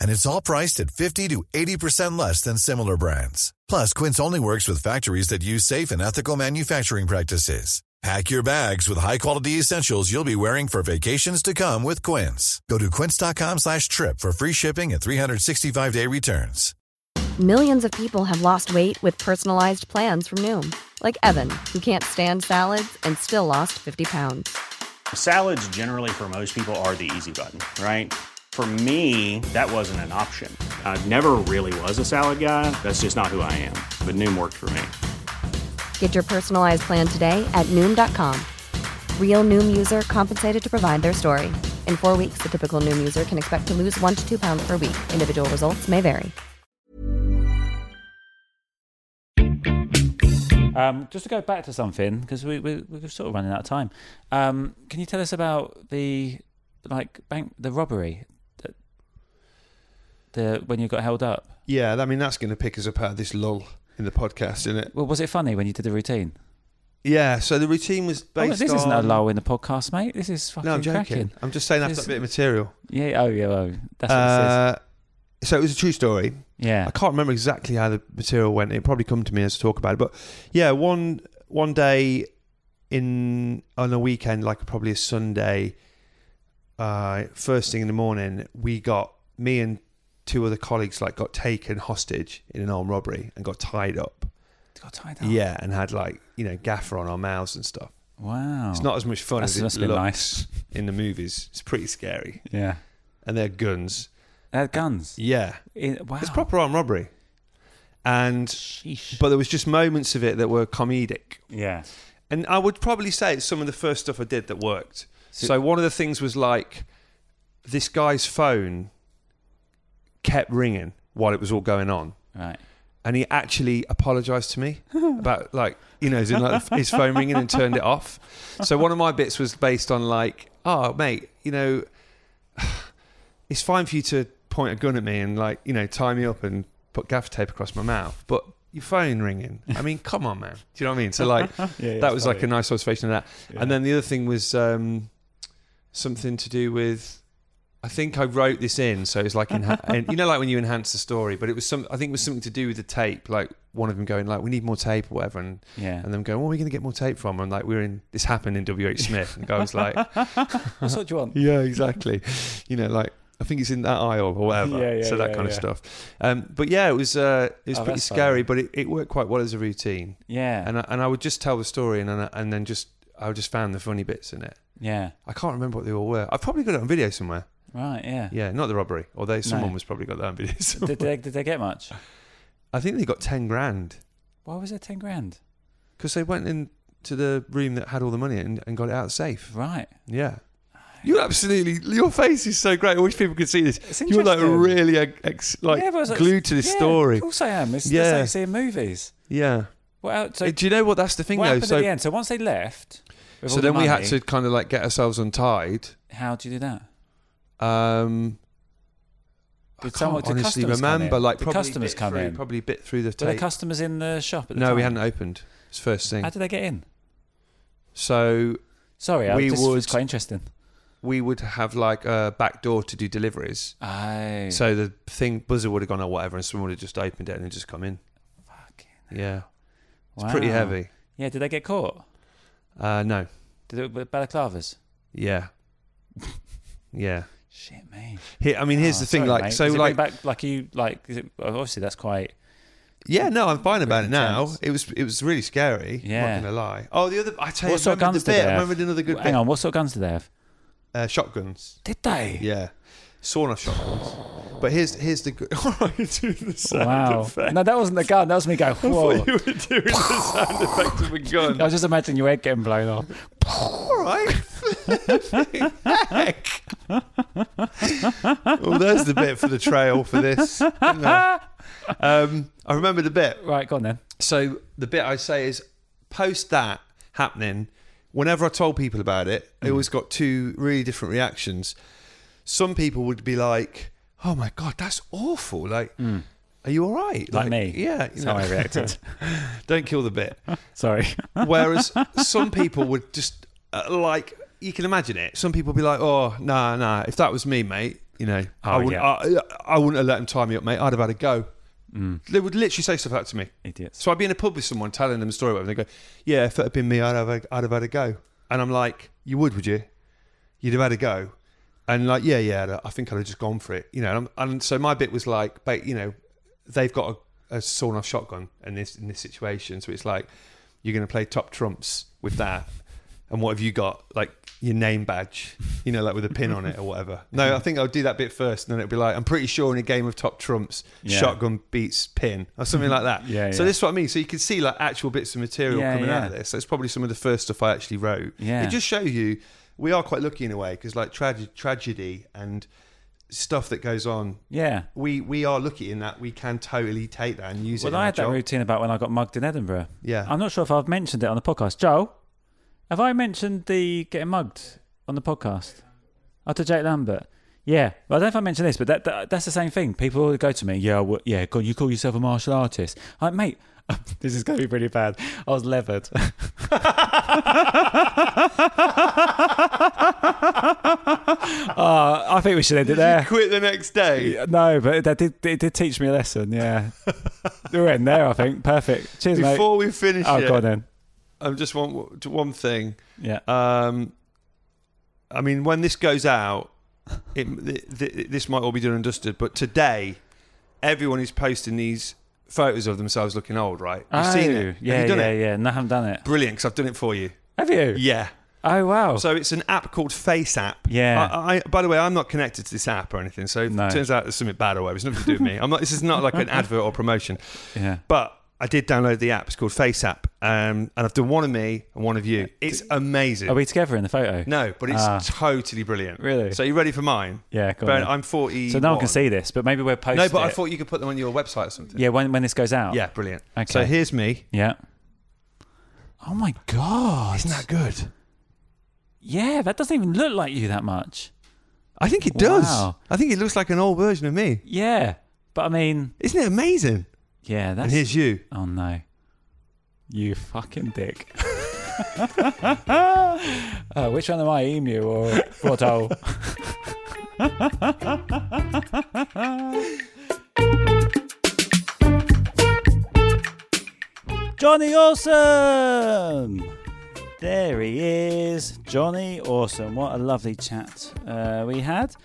[SPEAKER 5] And it's all priced at 50 to 80% less than similar brands. Plus, Quince only works with factories that use safe and ethical manufacturing practices. Pack your bags with high-quality essentials you'll be wearing for vacations to come with Quince. Go to quince.com slash trip for free shipping and 365-day returns.
[SPEAKER 6] Millions of people have lost weight with personalized plans from Noom, like Evan, who can't stand salads and still lost 50 pounds.
[SPEAKER 7] Salads, generally, for most people, are the easy button, right? For me, that wasn't an option. I never really was a salad guy. That's just not who I am. But Noom worked for me.
[SPEAKER 6] Get your personalized plan today at Noom.com. Real Noom user compensated to provide their story. In four weeks, the typical Noom user can expect to lose one to two pounds per week. Individual results may vary.
[SPEAKER 1] Um, just to go back to something because we, we we're sort of running out of time. Um, can you tell us about the like bank the robbery that the when you got held up?
[SPEAKER 2] Yeah, I mean that's going to pick us up out of this lull in the podcast, isn't it?
[SPEAKER 1] Well, was it funny when you did the routine?
[SPEAKER 2] Yeah. So the routine was
[SPEAKER 1] Oh,
[SPEAKER 2] based
[SPEAKER 1] this
[SPEAKER 2] on.
[SPEAKER 1] isn't a lull in the podcast, mate. This is fucking
[SPEAKER 2] no, I'm joking.
[SPEAKER 1] cracking.
[SPEAKER 2] I'm just saying that's
[SPEAKER 1] This-
[SPEAKER 2] a bit of material.
[SPEAKER 1] Yeah. Oh, yeah. Oh, that's what
[SPEAKER 2] Uh, so it was a true story.
[SPEAKER 1] this is. Yeah.
[SPEAKER 2] I can't remember exactly how the material went. It probably come to me as to talk about it. But yeah, one one day in on a weekend, like probably a Sunday, uh, first thing in the morning, we got me and two other colleagues like got taken hostage in an armed robbery and got tied up.
[SPEAKER 1] Got tied up.
[SPEAKER 2] Yeah, and had like you know gaffer on our mouths and stuff.
[SPEAKER 1] Wow.
[SPEAKER 2] It's not as much fun
[SPEAKER 1] That
[SPEAKER 2] as it
[SPEAKER 1] must
[SPEAKER 2] looks
[SPEAKER 1] be nice.
[SPEAKER 2] in the movies. It's pretty scary,
[SPEAKER 1] Yeah.
[SPEAKER 2] and they're guns.
[SPEAKER 1] They had guns.
[SPEAKER 2] Yeah,
[SPEAKER 1] It- wow.
[SPEAKER 2] it's proper armed robbery, and
[SPEAKER 1] Sheesh.
[SPEAKER 2] but there was just moments of it that were comedic
[SPEAKER 1] yeah.
[SPEAKER 2] and i would probably say it's some of the first stuff i did that worked so, one of the things was like this guy's phone kept ringing while it was all going on
[SPEAKER 1] Right.
[SPEAKER 2] and he actually apologized to me about like you know as in, like, his phone ringing and turned it off so one of my bits was based on like oh mate you know it's fine for you to point a gun at me and like you know tie me up and put gaffer tape across my mouth but your phone ringing i mean come on man do you know what i mean so like
[SPEAKER 1] yeah,
[SPEAKER 2] that was
[SPEAKER 1] sorry.
[SPEAKER 2] like a nice observation of that and then the other thing was um something to do with I think I wrote this in, so it's like, enha- and you know, like when you enhance the story, but it was some. I think it was something to do with the tape. Like one of them going, like, we need more tape or whatever, and
[SPEAKER 1] Yeah.
[SPEAKER 2] and them going, where are we going to get more tape from? And like, we were in this happened in W. H. Smith, and the guy was like,
[SPEAKER 1] What sort do you want?
[SPEAKER 2] yeah, exactly. You know, like I think it's in that aisle or whatever.
[SPEAKER 1] Yeah, yeah,
[SPEAKER 2] so that
[SPEAKER 1] yeah,
[SPEAKER 2] kind of
[SPEAKER 1] yeah.
[SPEAKER 2] stuff. Um, but yeah, it was uh, it was
[SPEAKER 1] Oh,
[SPEAKER 2] pretty
[SPEAKER 1] that's
[SPEAKER 2] scary, but it, it worked quite well as a routine.
[SPEAKER 1] Yeah.
[SPEAKER 2] And I, and I would just tell the story, and and, and then just I just found the funny bits in it.
[SPEAKER 1] yeah.
[SPEAKER 2] I can't remember what they all were. I've probably got it on video somewhere.
[SPEAKER 1] Right. Yeah.
[SPEAKER 2] Yeah, not the robbery. Although someone
[SPEAKER 1] No.
[SPEAKER 2] was probably got that on video. somewhere.
[SPEAKER 1] Did they, did they get much?
[SPEAKER 2] I think they got ten grand
[SPEAKER 1] Why was it ten grand?
[SPEAKER 2] because they went into the room that had all the money and, and got it out safe.
[SPEAKER 1] Right.
[SPEAKER 2] Yeah. You absolutely. Your face is so great. I wish people could see this.
[SPEAKER 1] It's
[SPEAKER 2] You're like
[SPEAKER 1] interesting.
[SPEAKER 2] really ex, like
[SPEAKER 1] Yeah, but I was like-
[SPEAKER 2] glued to this
[SPEAKER 1] yeah,
[SPEAKER 2] story.
[SPEAKER 1] Of course I am. It's,
[SPEAKER 2] Yeah.
[SPEAKER 1] it's like seeing movies.
[SPEAKER 2] Yeah.
[SPEAKER 1] What else? So,
[SPEAKER 2] Uh, Do you know what? That's the thing
[SPEAKER 1] what
[SPEAKER 2] though.
[SPEAKER 1] happened
[SPEAKER 2] So,
[SPEAKER 1] at the end? So once they left, with
[SPEAKER 2] so
[SPEAKER 1] all the
[SPEAKER 2] then we had
[SPEAKER 1] money,
[SPEAKER 2] to kind of like get ourselves untied.
[SPEAKER 1] How do you do that?
[SPEAKER 2] Um,
[SPEAKER 1] Did
[SPEAKER 2] I
[SPEAKER 1] someone
[SPEAKER 2] can't honestly remember. Like
[SPEAKER 1] the
[SPEAKER 2] probably
[SPEAKER 1] customers
[SPEAKER 2] bit
[SPEAKER 1] come
[SPEAKER 2] through,
[SPEAKER 1] in?
[SPEAKER 2] Probably bit through the
[SPEAKER 1] Were the
[SPEAKER 2] tape.
[SPEAKER 1] customers in the shop at the
[SPEAKER 2] no, we
[SPEAKER 1] time?
[SPEAKER 2] hadn't opened. It's first thing.
[SPEAKER 1] How did they get in?
[SPEAKER 2] So
[SPEAKER 1] Sorry, I
[SPEAKER 2] We
[SPEAKER 1] this was
[SPEAKER 2] would-
[SPEAKER 1] quite interesting.
[SPEAKER 2] we would have like a back door to do deliveries.
[SPEAKER 1] Oh,
[SPEAKER 2] So the thing buzzer would have gone or whatever, and someone would have just opened it and just come in.
[SPEAKER 1] fucking-
[SPEAKER 2] Yeah, it's pretty
[SPEAKER 1] wow.
[SPEAKER 2] heavy.
[SPEAKER 1] Yeah, did they get caught?
[SPEAKER 2] Uh, no.
[SPEAKER 1] Did it with balaclavas?
[SPEAKER 2] Yeah. yeah.
[SPEAKER 1] Shit, me.
[SPEAKER 2] Here, I mean, here's
[SPEAKER 1] Oh,
[SPEAKER 2] the thing.
[SPEAKER 1] sorry,
[SPEAKER 2] like,
[SPEAKER 1] mate.
[SPEAKER 2] so,
[SPEAKER 1] Does it bring
[SPEAKER 2] like,
[SPEAKER 1] back, like you, like, is it, obviously that's quite.
[SPEAKER 2] yeah, no, I'm fine about it now.
[SPEAKER 1] intense.
[SPEAKER 2] It was, it was really scary. I'm
[SPEAKER 1] Yeah.
[SPEAKER 2] not gonna lie. Oh, the other, I tell you,
[SPEAKER 1] what sort of
[SPEAKER 2] remembered
[SPEAKER 1] guns
[SPEAKER 2] the
[SPEAKER 1] did they
[SPEAKER 2] bit.
[SPEAKER 1] have?
[SPEAKER 2] I remembered another good
[SPEAKER 1] Hang
[SPEAKER 2] bit.
[SPEAKER 1] on, what sort of guns did they have?
[SPEAKER 2] Uh, shotguns.
[SPEAKER 1] Did they?
[SPEAKER 2] Yeah, sawn off shotguns. But here's, here's the good. All right, do the sound
[SPEAKER 1] Wow.
[SPEAKER 2] effect.
[SPEAKER 1] No, that wasn't a gun. That was me going. Whoa.
[SPEAKER 2] You were doing the sound effect of a
[SPEAKER 1] I
[SPEAKER 2] gun.
[SPEAKER 1] was just imagining your head getting blown off.
[SPEAKER 2] All right. Flipping heck. well, there's the bit for the trail for this. Hang on. Um, I remember the bit.
[SPEAKER 1] Right, go on then.
[SPEAKER 2] So the bit I say is post that happening. Whenever I told people about it,
[SPEAKER 1] Mm.
[SPEAKER 2] I always got two really different reactions. Some people would be like, "Oh my god, that's awful!" Like, are you all right?
[SPEAKER 1] Mm. Like me.
[SPEAKER 2] yeah.
[SPEAKER 1] That's how I reacted.
[SPEAKER 2] Don't kill the bit.
[SPEAKER 1] Sorry.
[SPEAKER 2] Whereas some people would just uh, like you can imagine it. Some people would be like, "Oh, nah, nah. If that was me, mate, you know, I
[SPEAKER 1] Oh,
[SPEAKER 2] wouldn't,
[SPEAKER 1] yeah.
[SPEAKER 2] I, I wouldn't have let him tie me up, mate. I'd have had a go." They would literally say stuff like that to me.
[SPEAKER 1] Mm. Idiots.
[SPEAKER 2] So I'd be in a pub with someone telling them a story, whatever, and they go, "Yeah, if it had been me, I'd have, I'd have had a go." And I'm like, "You would, would you? You'd have had a go." And like, yeah, yeah, I'd have- I think I'd have just gone for it, you know. And, I'm, and so my bit was like, ba- you know, they've got a, a sawn-off shotgun in this in this situation, so it's like you're going to play top trumps with that, and what have you got? Like your name badge, you know, like with a pin on it or whatever. No, I think I'll do that bit first, and then it'll be like, I'm pretty sure in a game of top trumps,
[SPEAKER 1] Yeah. Mm-hmm.
[SPEAKER 2] shotgun beats pin or something like that.
[SPEAKER 1] Yeah,
[SPEAKER 2] So
[SPEAKER 1] yeah.
[SPEAKER 2] this is what I mean. So you can see like actual bits of material
[SPEAKER 1] Yeah,
[SPEAKER 2] coming
[SPEAKER 1] yeah.
[SPEAKER 2] out of this. That's probably some of the first stuff I actually wrote.
[SPEAKER 1] Yeah.
[SPEAKER 2] It just shows you we are quite lucky in a way because like trage- tragedy and stuff that goes on.
[SPEAKER 1] Yeah.
[SPEAKER 2] We we are lucky in that we can totally take that and use it.
[SPEAKER 1] Well,
[SPEAKER 2] in
[SPEAKER 1] I
[SPEAKER 2] our
[SPEAKER 1] had that
[SPEAKER 2] job.
[SPEAKER 1] routine about when I got mugged in Edinburgh.
[SPEAKER 2] Yeah.
[SPEAKER 1] I'm not sure if I've mentioned it on the podcast. Joe, have I mentioned the getting mugged on the podcast? Oh, to Jake Lambert. Yeah. Well, I don't know if I mentioned this, but that, that that's the same thing. People always go to me, yeah, well, yeah, God, you call yourself a martial artist. I'm like, mate, this is going to be pretty bad. I was levered. Uh, I think we should end it there.
[SPEAKER 2] Quit the next day.
[SPEAKER 1] Yeah, No, but that did it did teach me a lesson. Yeah, we're in there. I think perfect. Cheers, mate.
[SPEAKER 2] Before we finish
[SPEAKER 1] Oh,
[SPEAKER 2] it,
[SPEAKER 1] go on then.
[SPEAKER 2] I'm just one one thing.
[SPEAKER 1] Yeah,
[SPEAKER 2] Um, I mean, when this goes out, it, th- th- this might all be done and dusted. But today, everyone is posting these photos of themselves looking old, right? You've
[SPEAKER 1] Oh,
[SPEAKER 2] seen it.
[SPEAKER 1] Yeah,
[SPEAKER 2] Have you done
[SPEAKER 1] yeah,
[SPEAKER 2] it?
[SPEAKER 1] yeah. No, I haven't done it.
[SPEAKER 2] Brilliant, because I've done it for you.
[SPEAKER 1] Have you?
[SPEAKER 2] Yeah.
[SPEAKER 1] Oh wow.
[SPEAKER 2] So it's an app called Face App.
[SPEAKER 1] Yeah.
[SPEAKER 2] I, I, by the way, I'm not connected to this app or anything, so if
[SPEAKER 1] No.
[SPEAKER 2] it turns out there's something bad or whatever. It's nothing to do with me. I'm not. This is not like an advert or promotion.
[SPEAKER 1] yeah.
[SPEAKER 2] But I did download the app. It's called Face App, um, and I've done one of me and one of you. It's amazing.
[SPEAKER 1] Are we together in the photo?
[SPEAKER 2] No, but it's
[SPEAKER 1] Ah.
[SPEAKER 2] totally brilliant.
[SPEAKER 1] Really?
[SPEAKER 2] So you ready for mine?
[SPEAKER 1] Yeah, go on
[SPEAKER 2] But
[SPEAKER 1] then.
[SPEAKER 2] I'm 40.
[SPEAKER 1] So no one can see this, but maybe we're posting.
[SPEAKER 2] No, but I
[SPEAKER 1] it.
[SPEAKER 2] thought you could put them on your website or something.
[SPEAKER 1] Yeah, when when this goes out.
[SPEAKER 2] Yeah, brilliant.
[SPEAKER 1] Okay.
[SPEAKER 2] So here's me.
[SPEAKER 1] Yeah. Oh my god.
[SPEAKER 2] Isn't that good?
[SPEAKER 1] Yeah, that doesn't even look like you that much.
[SPEAKER 2] I think it does.
[SPEAKER 1] Wow.
[SPEAKER 2] I think it looks like an old version of me.
[SPEAKER 1] Yeah, but I mean,
[SPEAKER 2] Isn't it amazing?
[SPEAKER 1] yeah, that's.
[SPEAKER 2] And here's you.
[SPEAKER 1] Oh no. You fucking dick. uh, which one am I, emu or what hole? Johnny Awesome! There he is, Johnny Awesome. What a lovely chat uh, we had.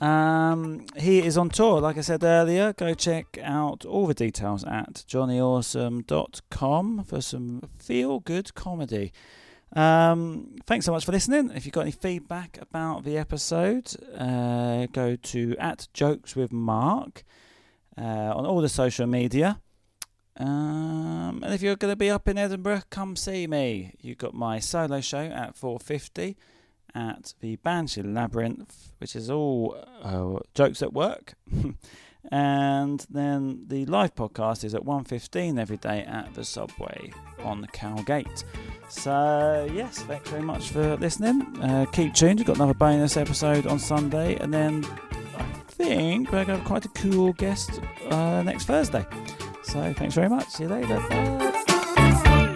[SPEAKER 1] Um, he is on tour, like I said earlier. Go check out all the details at johnnyawesome.com for some feel good comedy. Um, thanks so much for listening. If you've got any feedback about the episode, uh, go to at jokes with Mark uh, on all the social media. Um, and if you're going to be up in Edinburgh, come see me. You've got my solo show at 4:50 at the Banshee Labyrinth, which is all uh, jokes at work. and then the live podcast is at 1.15 every day at the subway on Cowgate. So, yes, thanks very much for listening. Uh, keep tuned. We've got another bonus episode on Sunday. And then I think we're going to have quite a cool guest uh, next Thursday. So, thanks very much. See you later. Bye.